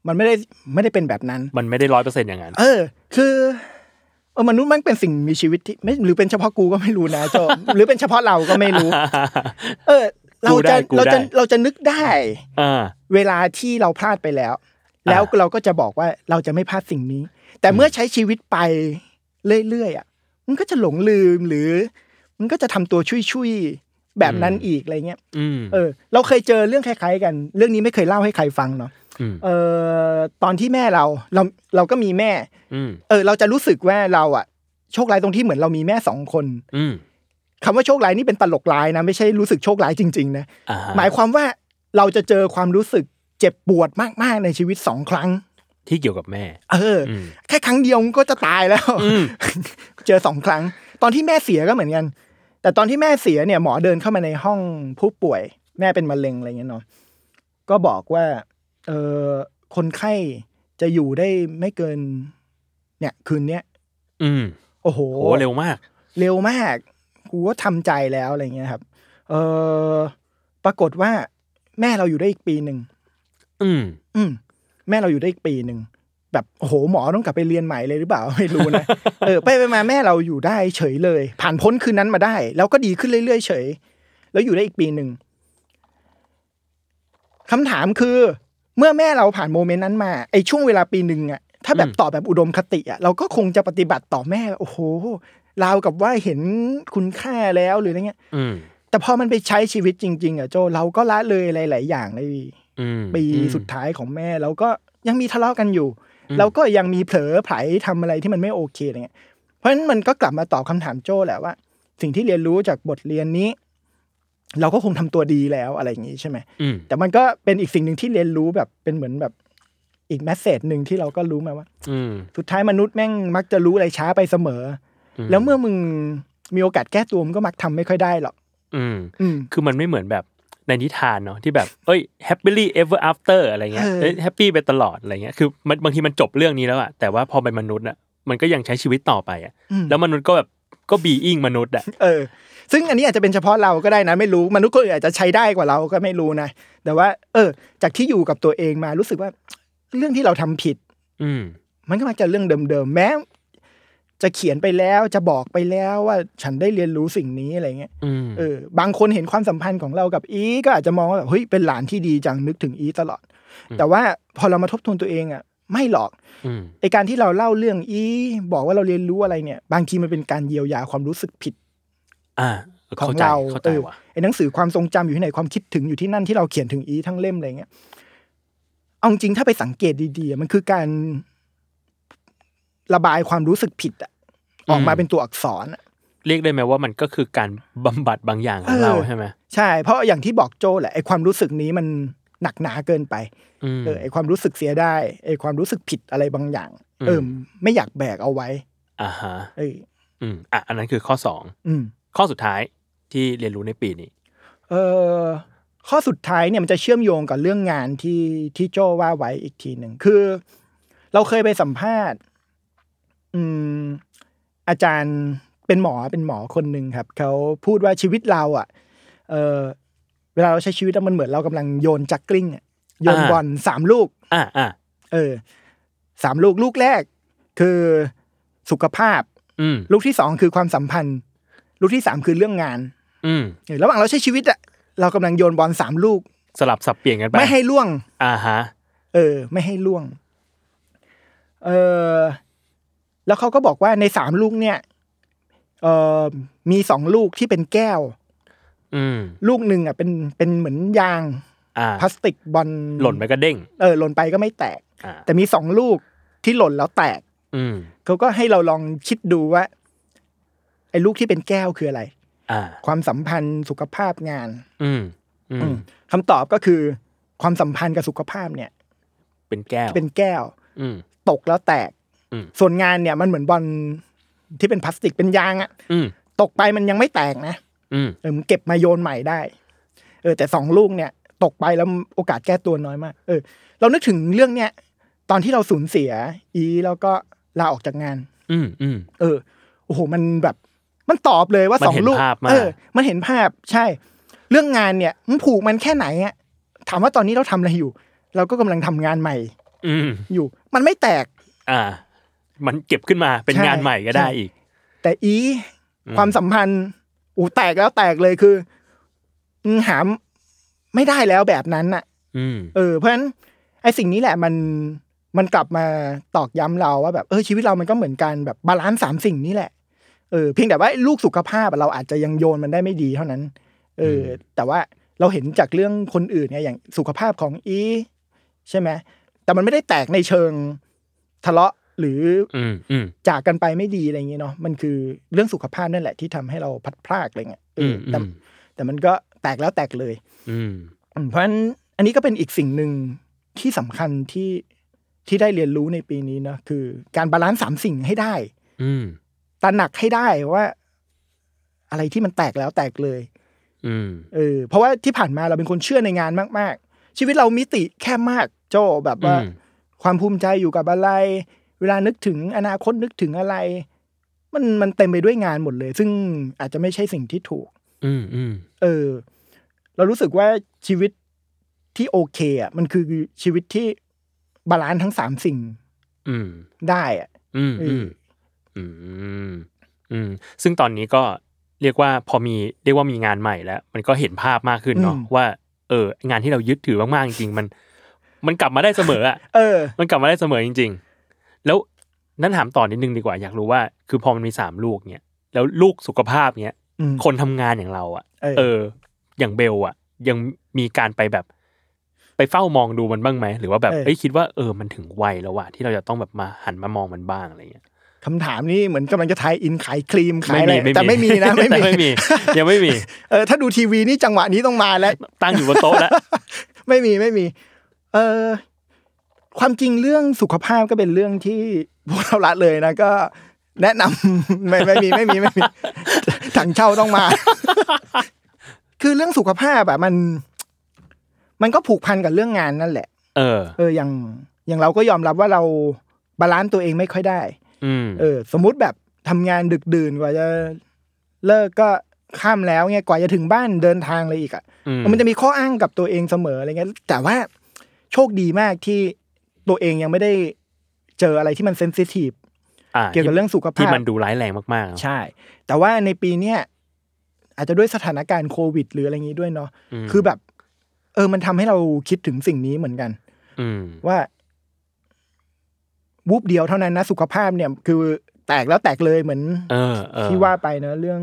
[SPEAKER 2] มันไม่ได้ไม่ได้เป็นแบบนั้น
[SPEAKER 1] มันไม่ได้ร้อยเปอร์เซ็นต์อย่างนั้น
[SPEAKER 2] เออ คือเออมนุษย์มันเป็นสิ่งมีชีวิตที่ไม่หรือเป็นเฉพาะกูก็ไม่รู้นะโจ หรือเป็นเฉพาะเราก็ไม่รู้ เออ เรา
[SPEAKER 1] กูได้
[SPEAKER 2] จะ
[SPEAKER 1] กู
[SPEAKER 2] เรา
[SPEAKER 1] ได้
[SPEAKER 2] จะเราจะนึกได้
[SPEAKER 1] อ่า
[SPEAKER 2] เวลาที่เราพลาดไปแล้ว
[SPEAKER 1] อ่า
[SPEAKER 2] แล้วเราก็จะบอกว่าเราจะไม่พลาดสิ่งนี้ แต่เมื่อใช้ชีวิตไปเรื่อยๆอ่ะมันก็จะหลงลืมหรือ มันก็จะทำตัวชุยๆแบบนั้นอีกอะไรเงี้ย
[SPEAKER 1] อืม
[SPEAKER 2] เออ เราเคยเจอเรื่องคล้ายๆกัน เรื่องนี้ไม่เคยเล่าให้ใครฟังเนาะ
[SPEAKER 1] อืม
[SPEAKER 2] เออตอนที่แม่เราเราเราก็มีแม่
[SPEAKER 1] อืม
[SPEAKER 2] เออเราจะรู้สึกว่าเราอ่ะ โชคร้ายตรงที่เหมือนเรามีแม่สองคน
[SPEAKER 1] อืม
[SPEAKER 2] คำว่าโชคร้ายนี่เป็นตลกร้ายนะ ไม่ใช่รู้สึกโชคร้ายจริง ๆ นะ
[SPEAKER 1] อ่าฮะ
[SPEAKER 2] หมายความว่าเราจะเจอความรู้สึกเจ็บปวดมาก ๆ ในชีวิตสองครั้ง
[SPEAKER 1] ที่เกี่ยวกับแม่
[SPEAKER 2] เอออ
[SPEAKER 1] อืม
[SPEAKER 2] แค่ครั้งเดียวมึงก็จะตายแล้ว เจอสองครั้ง ตอนที่แม่เสียก็เหมือนกัน แต่ตอนที่แม่เสียเนี่ยหมอเดินเข้ามาในห้องผู้ป่วย แม่เป็นมะเร็งอะไรเงี้ยเนาะก็บอกว่า เออคนไข้จะอยู่ได้ไม่เกิน เนี่ย คืนเนี้ย
[SPEAKER 1] อืม
[SPEAKER 2] โอ้โห
[SPEAKER 1] โหเร็วมาก
[SPEAKER 2] เร็วมากกูก็ทำใจแล้วอะไรเงี้ยครับ เออปรากฏว่า แม่เราอยู่ได้อีกปีหนึ่ง
[SPEAKER 1] อืม
[SPEAKER 2] อืมแม่เราอยู่ได้อีกปีหนึ่งแบบโอ้โหหมอต้องกลับไปเรียนใหม่เลยหรือเปล่า ไม่รู้นะ เออ ไปไปมาแม่เราอยู่ได้เฉยเลย ผ่านพ้นคืนนั้นมาได้ แล้วก็ดีขึ้นเรื่อยๆเฉย แล้วอยู่ได้อีกปีหนึ่งคำถามคือ เมื่อแม่เราผ่านโมเมนต์นั้นมาไอช่วงเวลาปีหนึ่งอะถ้าแบบ
[SPEAKER 1] อืม
[SPEAKER 2] ตอบแบบอุดมคติอะเราก็คงจะปฏิบัติต่อแม่โอ้โหราวกับว่าเห็นคุณค่าแล้วหรืออะไรเงี้ย
[SPEAKER 1] อืม
[SPEAKER 2] แต่พอมันไปใช้ชีวิตจริง ๆอะโจเราก็ละเลยหลาย ๆ อย่างเลย
[SPEAKER 1] อืม
[SPEAKER 2] ปีสุดท้ายของแม่แล้วก็ยังมีทะเลาะกันอยู่ แล้วก็ยังมีเผลอไผลทำอะไรที่มันไม่โอเคอะไรเงี้ยเพราะฉะนั้นมันก็กลับมาตอบคำถามโจ้แหละว่า สิ่งที่เรียนรู้จากบทเรียนนี้ เราก็คงทำตัวดีแล้วอะไรอย่างนี้ใช่ไหม
[SPEAKER 1] อืม
[SPEAKER 2] แต่มันก็เป็นอีกสิ่งหนึ่งที่เรียนรู้แบบเป็นเหมือนแบบอีกแมสเซจหนึ่งที่เราก็รู้มาว่า
[SPEAKER 1] อืม
[SPEAKER 2] สุดท้ายมนุษย์แม่งมักจะรู้อะไรช้าไปเสมออแล้วเมื่อมึงมีโอกาสแก้ตัวมึงก็มักทำไม่ค่อยได้หรอก
[SPEAKER 1] อืม
[SPEAKER 2] อืม
[SPEAKER 1] คือมันไม่เหมือนแบบในนิทานเนาะที่แบบ เอ้ย happily ever after อะไรเงี้ย
[SPEAKER 2] เออ
[SPEAKER 1] เอ้ย happy ไปตลอดอะไรเงี้ย คือมันบางทีมันจบเรื่องนี้แล้วอะแต่ว่าพอเป็นมนุษย์อะมันก็ยังใช้ชีวิตต่อไปอะแล้วมนุษย์ก็แบบก็ being มนุษย์อะ
[SPEAKER 2] เออ ซึ่งอันนี้อาจจะเป็นเฉพาะเราก็ได้นะ ไม่รู้มนุษย์คนอื่นอาจจะใช้ได้กว่าเราก็ไม่รู้นะ แต่ว่า เออ จากที่อยู่กับตัวเองมารู้สึกว่า เรื่องที่เราทำผิด
[SPEAKER 1] อืม
[SPEAKER 2] มันก็มักจะเรื่องเดิมๆแม้ จะเขียนไปแล้วจะบอกไปแล้วว่าฉันได้เรียนรู้สิ่งนี้อะไรเงี้ย
[SPEAKER 1] อืม
[SPEAKER 2] เออบางคนเห็นความสัมพันธ์ของเรากับอีก็อาจจะมองว่าแบบเฮ้ยเป็นหลานที่ดีจังนึกถึงอีตลอด แต่ว่าพอเรามาทบทวนตัวเองอ่ะ ไม่หรอก
[SPEAKER 1] อืม
[SPEAKER 2] ไอการที่เราเล่าเรื่องอี บอกว่าเราเรียนรู้อะไรเนี่ย บางทีมันเป็นการเยียวยาความรู้สึกผิด
[SPEAKER 1] อ่า
[SPEAKER 2] ขอ
[SPEAKER 1] เข้าง ใจ
[SPEAKER 2] เรา
[SPEAKER 1] เข้าใจ
[SPEAKER 2] เออ
[SPEAKER 1] ว่ะ
[SPEAKER 2] ไอ้หนังสือความทรงจำอยู่ที่ไหนความคิดถึงอยู่ที่นั่นที่เราเขียนถึงอีทั้งเล่มอะไรเงี้ยเอาจริงถ้าไปสังเกตดีๆ มันคือการระบายความรู้สึกผิดอะออกมาเป็นตัวอักษรอะ
[SPEAKER 1] เรียกได้ไหมว่ามันก็คือการบำบัดบางอย่างของเราใช่ไหม
[SPEAKER 2] ใช่ เพราะอย่างที่บอกโจแหละไอ้ความรู้สึกนี้มันหนักหนาเกินไป
[SPEAKER 1] อืม
[SPEAKER 2] เออไอ้ความรู้สึกเสียได้ไอ้ความรู้สึกผิดอะไรบางอย่าง
[SPEAKER 1] อืม
[SPEAKER 2] เออไม่อยากแบกเอาไว้
[SPEAKER 1] อ่าฮะ
[SPEAKER 2] เอย
[SPEAKER 1] อืม อ่ะ อันนั้นคือข้อสอง
[SPEAKER 2] อืม
[SPEAKER 1] ข้อสุดท้ายที่เรียนรู้ในปีนี้
[SPEAKER 2] เออข้อสุดท้ายเนี่ยมันจะเชื่อมโยงกับเรื่องงานที่ที่โจว่าไว้อีกทีหนึ่งคือ เราเคยไปสัมภาษณ์ อืม อาจารย์เป็นหมอเป็นหมอคนหนึ่งครับเขาพูดว่าชีวิตเราอ่ะ เออเวลาเราใช้ชีวิตอะมันเหมือนเรากำลังโยนจักกลิ้งอะโยน
[SPEAKER 1] อ่า
[SPEAKER 2] บอลสามลูก
[SPEAKER 1] อ่าอ่า
[SPEAKER 2] เออสามลูกลูกแรก คือสุขภาพ
[SPEAKER 1] อืม
[SPEAKER 2] ลูกที่สองคือความสัมพันธ์ ลูกที่สามคือเรื่องงาน
[SPEAKER 1] อืม
[SPEAKER 2] เออระหว่างเราใช้ชีวิตอะเรากำลังโยนบอลสามลูก
[SPEAKER 1] สลับสับเปลี่ยนกันไป
[SPEAKER 2] ไม่ให้ล่วง
[SPEAKER 1] อ่าฮะ
[SPEAKER 2] เออ ไม่ให้ล่วง เออแล้วเขาก็บอกว่าในสามลูกเนี่ย เออมีสองลูกที่เป็นแก้ว
[SPEAKER 1] อืม
[SPEAKER 2] ลูกหนึ่งอ่ะเป็นเป็นเหมือนยาง
[SPEAKER 1] อ่า
[SPEAKER 2] พลาสติกบอล
[SPEAKER 1] หล่นไปก็เด้ง
[SPEAKER 2] เออหล่นไปก็ไม่แตก
[SPEAKER 1] อ่า
[SPEAKER 2] แต่มีสองลูกที่หล่นแล้วแตก
[SPEAKER 1] อืม
[SPEAKER 2] เขาก็ให้เราลองคิดดูว่า ไอ้ลูกที่เป็นแก้วคืออะไร
[SPEAKER 1] อ่า
[SPEAKER 2] ความสัมพันธ์สุขภาพงาน
[SPEAKER 1] อืม อื
[SPEAKER 2] อื
[SPEAKER 1] ม
[SPEAKER 2] มคำตอบก็คือความสัมพันธ์กับสุขภาพเนี่ย
[SPEAKER 1] เป็นแก้ว
[SPEAKER 2] เป็นแก้ว
[SPEAKER 1] อืม
[SPEAKER 2] ตกแล้วแตก
[SPEAKER 1] อืม
[SPEAKER 2] ส่วนงานเนี่ยมันเหมือนบอลที่เป็นพลาสติกเป็นยางอะ
[SPEAKER 1] อืม
[SPEAKER 2] ตกไปมันยังไม่แตกนะ
[SPEAKER 1] อืม
[SPEAKER 2] เออมันเก็บมาโยนใหม่ได้ เออ แต่สองลูกเนี่ย ตกไปแล้วโอกาสแก้ตัวน้อยมาก เออ เรานึกถึงเรื่องเนี้ยตอนที่เราสูญเสีย อีแล้วก็ลาออกจากงาน
[SPEAKER 1] อืม อืม
[SPEAKER 2] เออโอ้โหมันแบบ มันตอบเลยว่า
[SPEAKER 1] มัน
[SPEAKER 2] สอง
[SPEAKER 1] เห็น
[SPEAKER 2] ลูก
[SPEAKER 1] ภาพมาก
[SPEAKER 2] เออ มันเห็นภาพใช่ เรื่องงานเนี่ยมันผูกมันแค่ไหนอะถามว่าตอนนี้เราทำอะไรอยู่ เราก็กำลังทำงานใหม่
[SPEAKER 1] อืม
[SPEAKER 2] อยู่ มันไม่แตก
[SPEAKER 1] อ่า มันเก็บขึ้นมาเป็น
[SPEAKER 2] ใช่
[SPEAKER 1] งานใหม่ก็ได้
[SPEAKER 2] ใช่
[SPEAKER 1] อีก
[SPEAKER 2] แต่อีความสัมพันธ์อูแตกแล้วแตกเลยคืออืมหามไม่ได้แล้วแบบนั้นน่ะ
[SPEAKER 1] อืม
[SPEAKER 2] เออ เพราะฉะนั้นไอ้สิ่งนี้แหละมันมันกลับมาตอกย้ำเราว่าแบบเออชีวิตเรามันก็เหมือนกันแบบบาลานซ์สามสิ่งนี้แหละเออเพียงแต่ว่าลูกสุขภาพอะเราอาจจะยังโยนมันได้ไม่ดีเท่านั้น เอออแต่ว่าเราเห็นจากเรื่องคนอื่นเนี่ยอย่างสุขภาพของอี ใช่ไหมแต่มันไม่ได้แตกในเชิงทะเลาะ หรือ
[SPEAKER 1] อืมอืม
[SPEAKER 2] จากกันไปไม่ดีอะไรอย่างเงี้ยเนาะมันคือเรื่องสุขภาพนั่นแหละที่ทำให้เราพัดพรากอะไรเงี้ยเอออ
[SPEAKER 1] ม
[SPEAKER 2] แต่
[SPEAKER 1] อืม
[SPEAKER 2] แต่มันก็แตกแล้วแตกเลย
[SPEAKER 1] อืม
[SPEAKER 2] อืมเพราะฉะนั้นอันนี้ก็เป็นอีกสิ่งหนึ่งที่สำคัญที่ที่ได้เรียนรู้ในปีนี้นะคือ การบาลานซ์สามสิ่งให้ได้
[SPEAKER 1] อืม
[SPEAKER 2] ตระหนักให้ได้ว่า อะไรที่มันแตกแล้วแตกเลย
[SPEAKER 1] อืม
[SPEAKER 2] เออเพราะว่าที่ผ่านมาเราเป็นคนเชื่อในงานมาก ๆ ชีวิตเรามิติแค่มากโจแบบว่า
[SPEAKER 1] อืม
[SPEAKER 2] ความภูมิใจอยู่กับอะไร เวลานึกถึงอนาคตนึกถึงอะไร มันมันเต็มไปด้วยงานหมดเลย ซึ่งอาจจะไม่ใช่สิ่งที่ถูก
[SPEAKER 1] อืมอืม
[SPEAKER 2] เออ เรารู้สึกว่าชีวิตที่โอเคอ่ะมันคือชีวิตที่บาลานซ์ทั้งสามสิ่ง
[SPEAKER 1] อืม
[SPEAKER 2] ได้อ่ะ
[SPEAKER 1] อืม
[SPEAKER 2] เอ
[SPEAKER 1] อื
[SPEAKER 2] อ
[SPEAKER 1] มอืมอืมซึ่งตอนนี้ก็เรียกว่าพอมีเรียกว่ามีงานใหม่แล้ว มันก็เห็นภาพมากขึ้นเนาะ
[SPEAKER 2] อืม
[SPEAKER 1] ว่า เออ งานที่เรายึดถือมากๆจริงๆมัน มันกลับมาได้เสมออะ
[SPEAKER 2] เออ
[SPEAKER 1] มันกลับมาได้เสมอจริง ๆ แล้วนั่นถามต่อนิดนึงดีกว่าอยากรู้ว่า คือพอมันมีสามลูกเนี่ยแล้วลูกสุขภาพเนี่ย
[SPEAKER 2] อืม
[SPEAKER 1] คนทำงานอย่างเราอะ
[SPEAKER 2] เออ
[SPEAKER 1] เออ อย่างเบลอะยังมีการไปแบบ ไปเฝ้ามองดูมันบ้างไหมหรือว่าแบบ
[SPEAKER 2] เออ
[SPEAKER 1] เอ้ยคิดว่าเออมันถึงวัยแล้วว่ะที่เราจะต้องแบบมาหันมามองมันบ้างอะไรเงี้ย
[SPEAKER 2] คำถามนี้เหมือนกำลังจะทายอินขายครีมขายอะไรแต่ไม่มีนะไม่
[SPEAKER 1] แต่ไม่มียังไม่มี
[SPEAKER 2] เออถ้าดูทีวีนี่จังหวะนี้ต้องมาแล้ว
[SPEAKER 1] ตั้งอยู่บนโต๊ะแล้ว
[SPEAKER 2] ไม่มีไม่มี เออความจริงเรื่องสุขภาพก็เป็นเรื่องที่พวกเราละเลยนะก็ แนะนำ ไม่ไม่มีไม่มีไม่มีถังเช่าต้องมา คือเรื่องสุขภาพอะมัน มันก็ผูกพันกับเรื่องงานนั่นแหละ
[SPEAKER 1] เออ
[SPEAKER 2] เอออย่างอย่างเราก็ยอมรับว่าเราบาลานซ์ตัวเองไม่ค่อยได้
[SPEAKER 1] อืม
[SPEAKER 2] เออ สมมุติแบบทำงานดึกดื่นกว่าจะเลิกก็ข้ามแล้วเงี้ยกว่าจะถึงบ้านเดินทางอะไรอีกอะ
[SPEAKER 1] ม
[SPEAKER 2] มันจะมีข้ออ้างกับตัวเองเสมออะไรเงี้ย แต่ว่าโชคดีมากที่ตัวเองยังไม่ได้เจออะไรที่มันเซนซิทีฟ
[SPEAKER 1] อ่า
[SPEAKER 2] เกี่ยวกับเรื่องสุข
[SPEAKER 1] ที่
[SPEAKER 2] ภาพ
[SPEAKER 1] มันดูร้ายแรงมากๆอะ
[SPEAKER 2] ใช่ แต่ว่าในปีเนี้ยอาจจะด้วยสถานการณ์โควิด หรืออะไรงี้ด้วยเนาะ
[SPEAKER 1] ม
[SPEAKER 2] คือแบบ เออมันทำให้เราคิดถึงสิ่งนี้เหมือนกัน
[SPEAKER 1] อืม
[SPEAKER 2] ว่าวูบเดียวเท่านั้นนะสุขภาพเนี่ย คือแตกแล้วแตกเลยเหมือน
[SPEAKER 1] เออเออ
[SPEAKER 2] ที่ว่าไปเนอะเรื่อง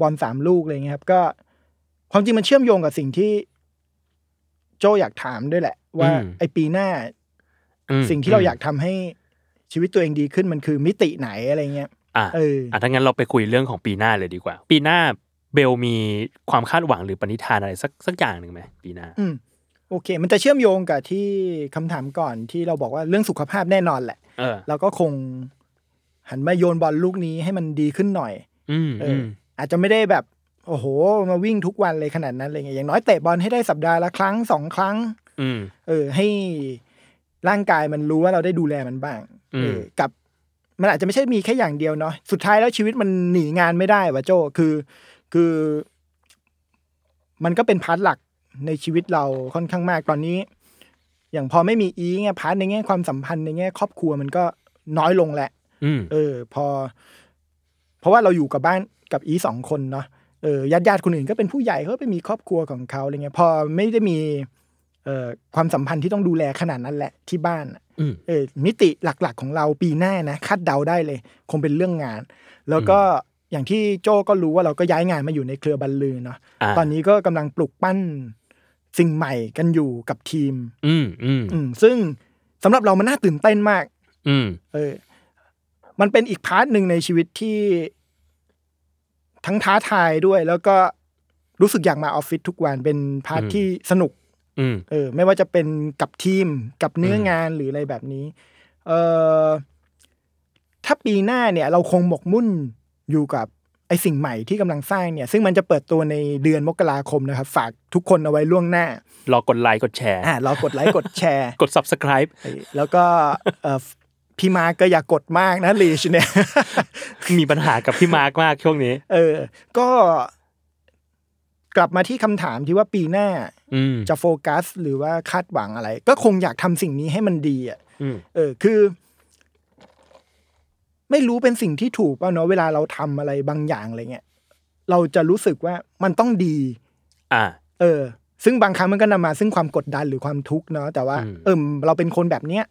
[SPEAKER 2] บอลสามลูกอะไรเงี้ยครับ ก็ ความจริงมันเชื่อมโยงกับสิ่งที่โจอยากถามด้วยแหละ ว่า
[SPEAKER 1] อืม
[SPEAKER 2] ไอปีหน้า
[SPEAKER 1] อืม
[SPEAKER 2] สิ่งที่เราอยากทำให้ชีวิตตัวเองดีขึ้นมันคือมิติไหนอะไรเงี้ย
[SPEAKER 1] อ่ะ
[SPEAKER 2] เอออ
[SPEAKER 1] อ่ะถ้างั้นเราไปคุยเรื่องของปีหน้าเลยดีกว่า ปีหน้าเบลมีความคาดหวังหรือปณิธานอะไรสักสักอย่างหนึ่งไหมปีหน้า
[SPEAKER 2] อืมโอเค มันจะเชื่อมโยงกับที่คำถามก่อนที่เราบอกว่าเรื่องสุขภาพแน่นอนแหละ
[SPEAKER 1] เออ
[SPEAKER 2] เราก็คงหันมาโยนบอลลูกนี้ให้มันดีขึ้นหน่อย
[SPEAKER 1] อืม
[SPEAKER 2] เออ
[SPEAKER 1] อื
[SPEAKER 2] อ
[SPEAKER 1] ม
[SPEAKER 2] อาจจะไม่ได้แบบ โอ้โห มาวิ่งทุกวันเลยขนาดนั้นอะไรเงี้ยอย่างน้อยเตะบอลให้ได้สัปดาห์ละครั้งสองครั้ง
[SPEAKER 1] อืม
[SPEAKER 2] เออ ให้ร่างกายมันรู้ว่าเราได้ดูแลมันบ้าง
[SPEAKER 1] อืม
[SPEAKER 2] เออกับมันอาจจะไม่ใช่มีแค่อย่างเดียวเนาะสุดท้ายแล้วชีวิตมันหนีงานไม่ได้ว่ะโจคือ คือ มันก็เป็นพาร์ทหลักในชีวิตเราค่อนข้างมากตอนนี้ อย่างพอไม่มีอีเงี้ยพาร์ทในแง่ความสัมพันธ์ในแง่ครอบครัวมันก็น้อยลงแหละ
[SPEAKER 1] อืม
[SPEAKER 2] เออ พอ เพราะว่าเราอยู่กับบ้านกับอีสองคนเนาะเออญาติญาติๆคนอื่นก็เป็นผู้ใหญ่เขาไปมีครอบครัวของเขาอะไรเงี้ย พอไม่ได้มี เอ่อความสัมพันธ์ที่ต้องดูแลขนาดนั้นแหละที่บ้านน่ะ
[SPEAKER 1] อืม
[SPEAKER 2] เออมิติหลักๆของเราปีหน้านะคาดเดาได้เลย คงเป็นเรื่องงาน แล้วก็อย่างที่โจก็รู้ว่าเราก็ย้ายงานมาอยู่ในเครือบันลือเนาะ
[SPEAKER 1] อ่า
[SPEAKER 2] ตอนนี้ก็กำลังปลุกปั้นสิ่งใหม่กันอยู่กับทีม
[SPEAKER 1] อืมอืม
[SPEAKER 2] อืมซึ่งสำหรับเรามันน่าตื่นเต้นมาก
[SPEAKER 1] อืม
[SPEAKER 2] เออ มันเป็นอีกพาร์ทหนึ่งในชีวิตที่ ทั้งท้าทายด้วย แล้วก็รู้สึกอยากมาออฟฟิศทุกวันเป็นพาร์ทที่สนุก
[SPEAKER 1] อืม
[SPEAKER 2] เออ ไม่ว่าจะเป็นกับทีมกับเนื้อ
[SPEAKER 1] ม
[SPEAKER 2] องานหรืออะไรแบบนี้ เออถ้าปีหน้าเนี่ย เราคงหมกมุ่นอยู่กับไอสิ่งใหม่ที่กำลังสร้างเนี่ย ซึ่งมันจะเปิดตัวในเดือนมกราคมนะครับ ฝากทุกคนเอาไว้ล่วงหน้าร
[SPEAKER 1] อกดไลค์กดแชร์
[SPEAKER 2] อ่ะเรากดไลค์กดแชร์
[SPEAKER 1] กด subscribe
[SPEAKER 2] แล้วก็เอ่อพี่มาร์คก็อย่ากดมากนะลีชเนี่ย
[SPEAKER 1] มีปัญหากับพี่มาร์กมากช่วงนี้
[SPEAKER 2] เออ ก็กลับมาที่คำถามที่ว่าปีหน้า
[SPEAKER 1] อืม
[SPEAKER 2] จะโฟกัส หรือว่าคาดหวังอะไร ก็คงอยากทำสิ่งนี้ให้มันดีอ่ะ
[SPEAKER 1] อืม
[SPEAKER 2] เออ คือ ไม่รู้เป็นสิ่งที่ถูกเปล่ะเนาะเวลาเราทำอะไรบางอย่างอะไรเงี้ยเราจะรู้สึกว่ามันต้องดี
[SPEAKER 1] อ่า
[SPEAKER 2] เออ ซึ่งบางครั้งมันก็นำมาซึ่งความกดดันหรือความทุกข์เนาะแต่ว่า
[SPEAKER 1] อืม
[SPEAKER 2] เออเราเป็นคนแบบเนี้ย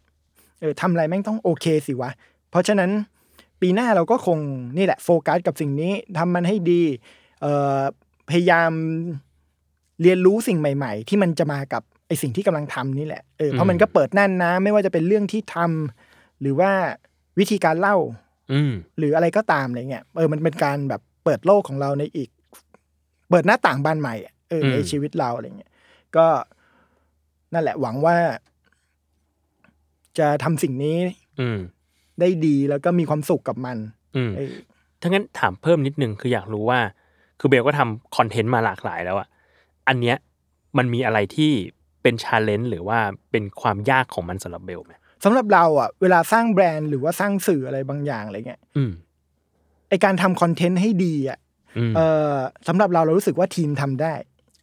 [SPEAKER 2] เออทำอะไรแม่งต้องโอเคสิวะ เพราะฉะนั้นปีหน้าเราก็คงนี่แหละโฟกัสกับสิ่งนี้ทำมันให้ดี เออพยายามเรียนรู้สิ่งใหม่ ๆ ที่มันจะมากับไอสิ่งที่กำลังทำนี่แหละเออเพราะมันก็เปิดหน่านนะ ไม่ว่าจะเป็นเรื่องที่ทำ หรือว่าวิธีการเล่า
[SPEAKER 1] อืม
[SPEAKER 2] หรืออะไรก็ตามอะไรเงี้ยเออมันเป็นการแบบเปิดโลกของเราในอีก เปิดหน้าต่างบานใหม่อะเออ
[SPEAKER 1] อืม
[SPEAKER 2] ในชีวิตเราอะไรเงี้ยก็นั่นแหละหวังว่า จะทำสิ่งนี้
[SPEAKER 1] อืม
[SPEAKER 2] ได้ดีแล้วก็มีความสุขกับมัน
[SPEAKER 1] อืม
[SPEAKER 2] เออ
[SPEAKER 1] ถ้างั้นถามเพิ่มนิดนึงคืออยากรู้ว่า คือเบลก็ทำคอนเทนต์มาหลากหลายแล้วอะอันเนี้ยมันมีอะไรที่เป็นชาเลนจ์หรือว่าเป็นความยากของมันสำหรับเบลไหม
[SPEAKER 2] สำหรับเราอ่ะเวลาสร้างแบรนด์หรือว่าสร้างสื่ออะไรบางอย่างอะไรเงี้ย
[SPEAKER 1] อืม
[SPEAKER 2] ไอการทำคอนเทนต์ให้ดีอ่ะ
[SPEAKER 1] อืม
[SPEAKER 2] เออสำหรับเราเรารู้สึกว่าทีมทำได้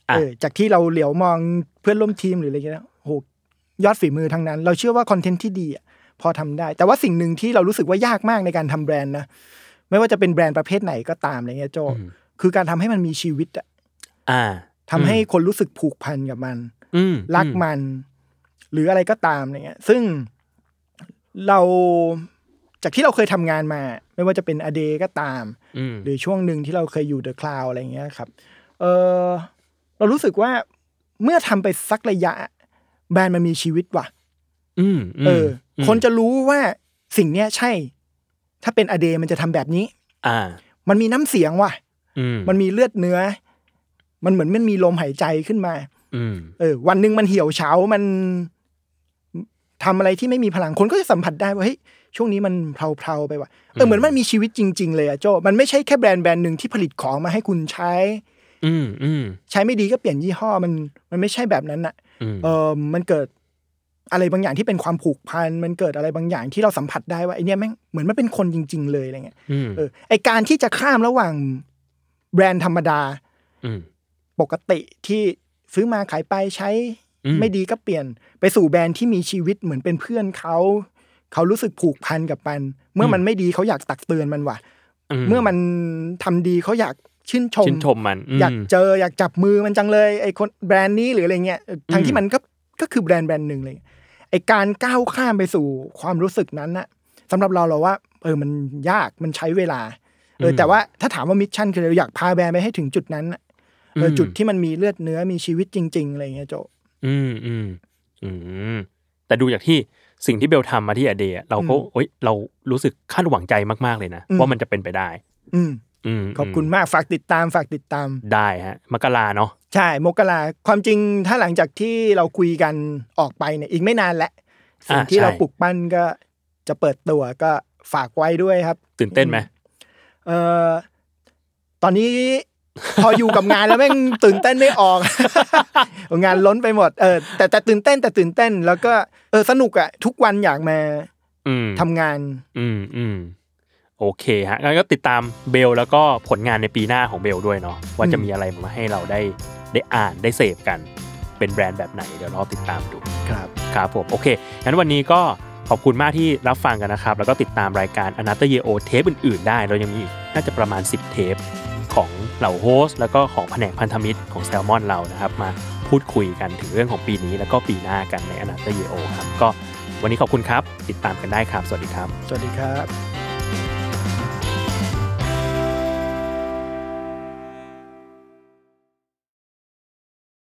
[SPEAKER 1] อ่ะ
[SPEAKER 2] เออจากที่เราเหลียวมองเพื่อนร่วมทีมหรืออะไรเงี้ยนะโหยอดฝีมือทั้งนั้น เราเชื่อว่าคอนเทนต์ที่ดีอะพอทำได้ แต่ว่าสิ่งหนึ่งที่เรารู้สึกว่ายากมากในการทำแบรนด์นะไม่ว่าจะเป็นแบรนด์ประเภทไหนก็ตามอะไรเงี้ยโจคือการทำให้มันมีชีวิตอะ
[SPEAKER 1] อ่า
[SPEAKER 2] ทำให้คนรู้สึกผูกพันกับมัน
[SPEAKER 1] อืม
[SPEAKER 2] รักมัน หรืออะไรก็ตามอะไรเงี้ย ซึ่งเราจากที่เราเคยทำงานมา ไม่ว่าจะเป็นอเดก็ตาม
[SPEAKER 1] อืม
[SPEAKER 2] หรือช่วงหนึ่งที่เราเคยอยู่เดอะคลาวอะไรอย่างเงี้ยครับ เออเรารู้สึกว่าเมื่อทำไปสักระยะ แบรนด์มันมีชีวิตว่ะ
[SPEAKER 1] อืมม
[SPEAKER 2] เอออ
[SPEAKER 1] ม
[SPEAKER 2] คนจะรู้ว่าสิ่งเนี้ยใช่ ถ้าเป็นอเดมันจะทำแบบนี้
[SPEAKER 1] อ่า
[SPEAKER 2] มันมีน้ำเสียงว่ะ
[SPEAKER 1] อืม
[SPEAKER 2] มันมีเลือดเนื้อ มันเหมือนมันมีลมหายใจขึ้นมา
[SPEAKER 1] อืม
[SPEAKER 2] เออ วันหนึ่งมันเหี่ยวเฉา มันทำอะไรที่ไม่มีพลัง คนก็จะสัมผัสได้ว่าเฮ้ยช่วงนี้มันเพลาๆไปว่ะ เออ เหมือนมันมีชีวิตจริง ๆ เลยอะโจ มันไม่ใช่แค่แบรนด์แบรนด์หนึ่งที่ผลิตของมาให้คุณใช้
[SPEAKER 1] อืมอืม
[SPEAKER 2] ใช้ไม่ดีก็เปลี่ยนยี่ห้อ มัน มันไม่ใช่แบบนั้นอะ
[SPEAKER 1] อืม
[SPEAKER 2] เออมันเกิดอะไรบางอย่างที่เป็นความผูกพัน มันเกิดอะไรบางอย่างที่เราสัมผัสได้ว่าไอเนี้ยแม่งเหมือนมันเป็นคนจริง ๆ เลยอะไรเงี้ย
[SPEAKER 1] อืม
[SPEAKER 2] เออ ไอการที่จะข้ามระหว่างแบรนด์ธรรมดา
[SPEAKER 1] อืม
[SPEAKER 2] ปกติที่ซื้อมาขายไปใช้
[SPEAKER 1] อืม
[SPEAKER 2] ไม่ดีก็เปลี่ยน ไปสู่แบรนด์ที่มีชีวิตเหมือนเป็นเพื่อนเขาเขารู้สึกผูกพันกับมัน เมื่อมันไม่ดีเขาอยากตักเตือนมันว่ะ เมื่อมันทำดีเขาอยากชื่นชม
[SPEAKER 1] ชื่นชมมันม
[SPEAKER 2] อยากเจออยากจับมือมันจังเลยไอ้คนแบรนด์นี้หรืออะไรเงี้ยเออทั้งที่มันก็ก็คือแบรนด์แบรนด์หนึ่งเลยไอ้การก้าวข้ามไปสู่ความรู้สึกนั้นน่ะสำหรับเราเราว่าเออมันยากมันใช้เวลาเออ
[SPEAKER 1] ม
[SPEAKER 2] แต่ว่าถ้าถามว่ามิชชั่นคืออะไรอยากพาแบรนด์ไปให้ถึงจุดนั้นน่ะเอออ
[SPEAKER 1] ม
[SPEAKER 2] จุดที่มันมีเลือดเนื้อมีชีวิตจริง ๆอะไรเงี้ยโจ
[SPEAKER 1] อืมอืมอืมแต่ดูจากที่สิ่งที่เบลทำมาที่อเดย์อะเราก็
[SPEAKER 2] อืม
[SPEAKER 1] เอ้ยเรารู้สึกคาดหวังใจมากๆเลยนะ
[SPEAKER 2] อืม
[SPEAKER 1] ว่ามันจะเป็นไปได้
[SPEAKER 2] อืม
[SPEAKER 1] อืม
[SPEAKER 2] ขอบคุณ
[SPEAKER 1] ม
[SPEAKER 2] มากฝากติดตามฝากติดตาม
[SPEAKER 1] ได้ฮะมกราเนาะ
[SPEAKER 2] ใช่มกราความจริงถ้าหลังจากที่เราคุยกันออกไปเนี่ยอีกไม่นานแหละสิ่งที่เราปลุกปั้นก็จะเปิดตัวก็ฝากไว้ด้วยครับ
[SPEAKER 1] ตื่นเต้นไหม
[SPEAKER 2] เอ่อตอนนี้พออยู่กับงานแล้วแม่ง ตื่นเต้นไม่ออก งานล้นไปหมดเออแต่แต่ตื่นเต้นแต่ตื่นเต้น แล้วก็เออสนุกอะทุกวันอยากมา
[SPEAKER 1] อืม
[SPEAKER 2] ทำงาน
[SPEAKER 1] อืมอืมโอเคฮะงั้นก็ติดตามเบลแล้วก็ผลงานในปีหน้าของเบลด้วยเนาะว่าจะ
[SPEAKER 2] อืม
[SPEAKER 1] มีอะไรมาให้เราได้ได้อ่านได้เสพกัน เป็นแบรนด์แบบไหนเดี๋ยวรอติดตามดู
[SPEAKER 2] ครับ
[SPEAKER 1] ครับผมโอเคงั้นวันนี้ก็ขอบคุณมากที่รับฟังกันนะครับ แล้วก็ติดตามรายการ a n a t h e r Yeo เทปอื่นๆ ได้เรายังมีอีกน่าจะประมาณ 10 เทปของเหล่าโฮสต์แล้วก็ของแผนกพันธมิตรของแซลมอนเรานะครับ มาพูดคุยกันถึงเรื่องของปีนี้ แล้วก็ปีหน้ากันใน a n a t h e r Yeo ครับก็วันนี้ขอบคุณครับ ติดตามกันได้ครับ สวัสดีครับ
[SPEAKER 2] สวัสดีครับ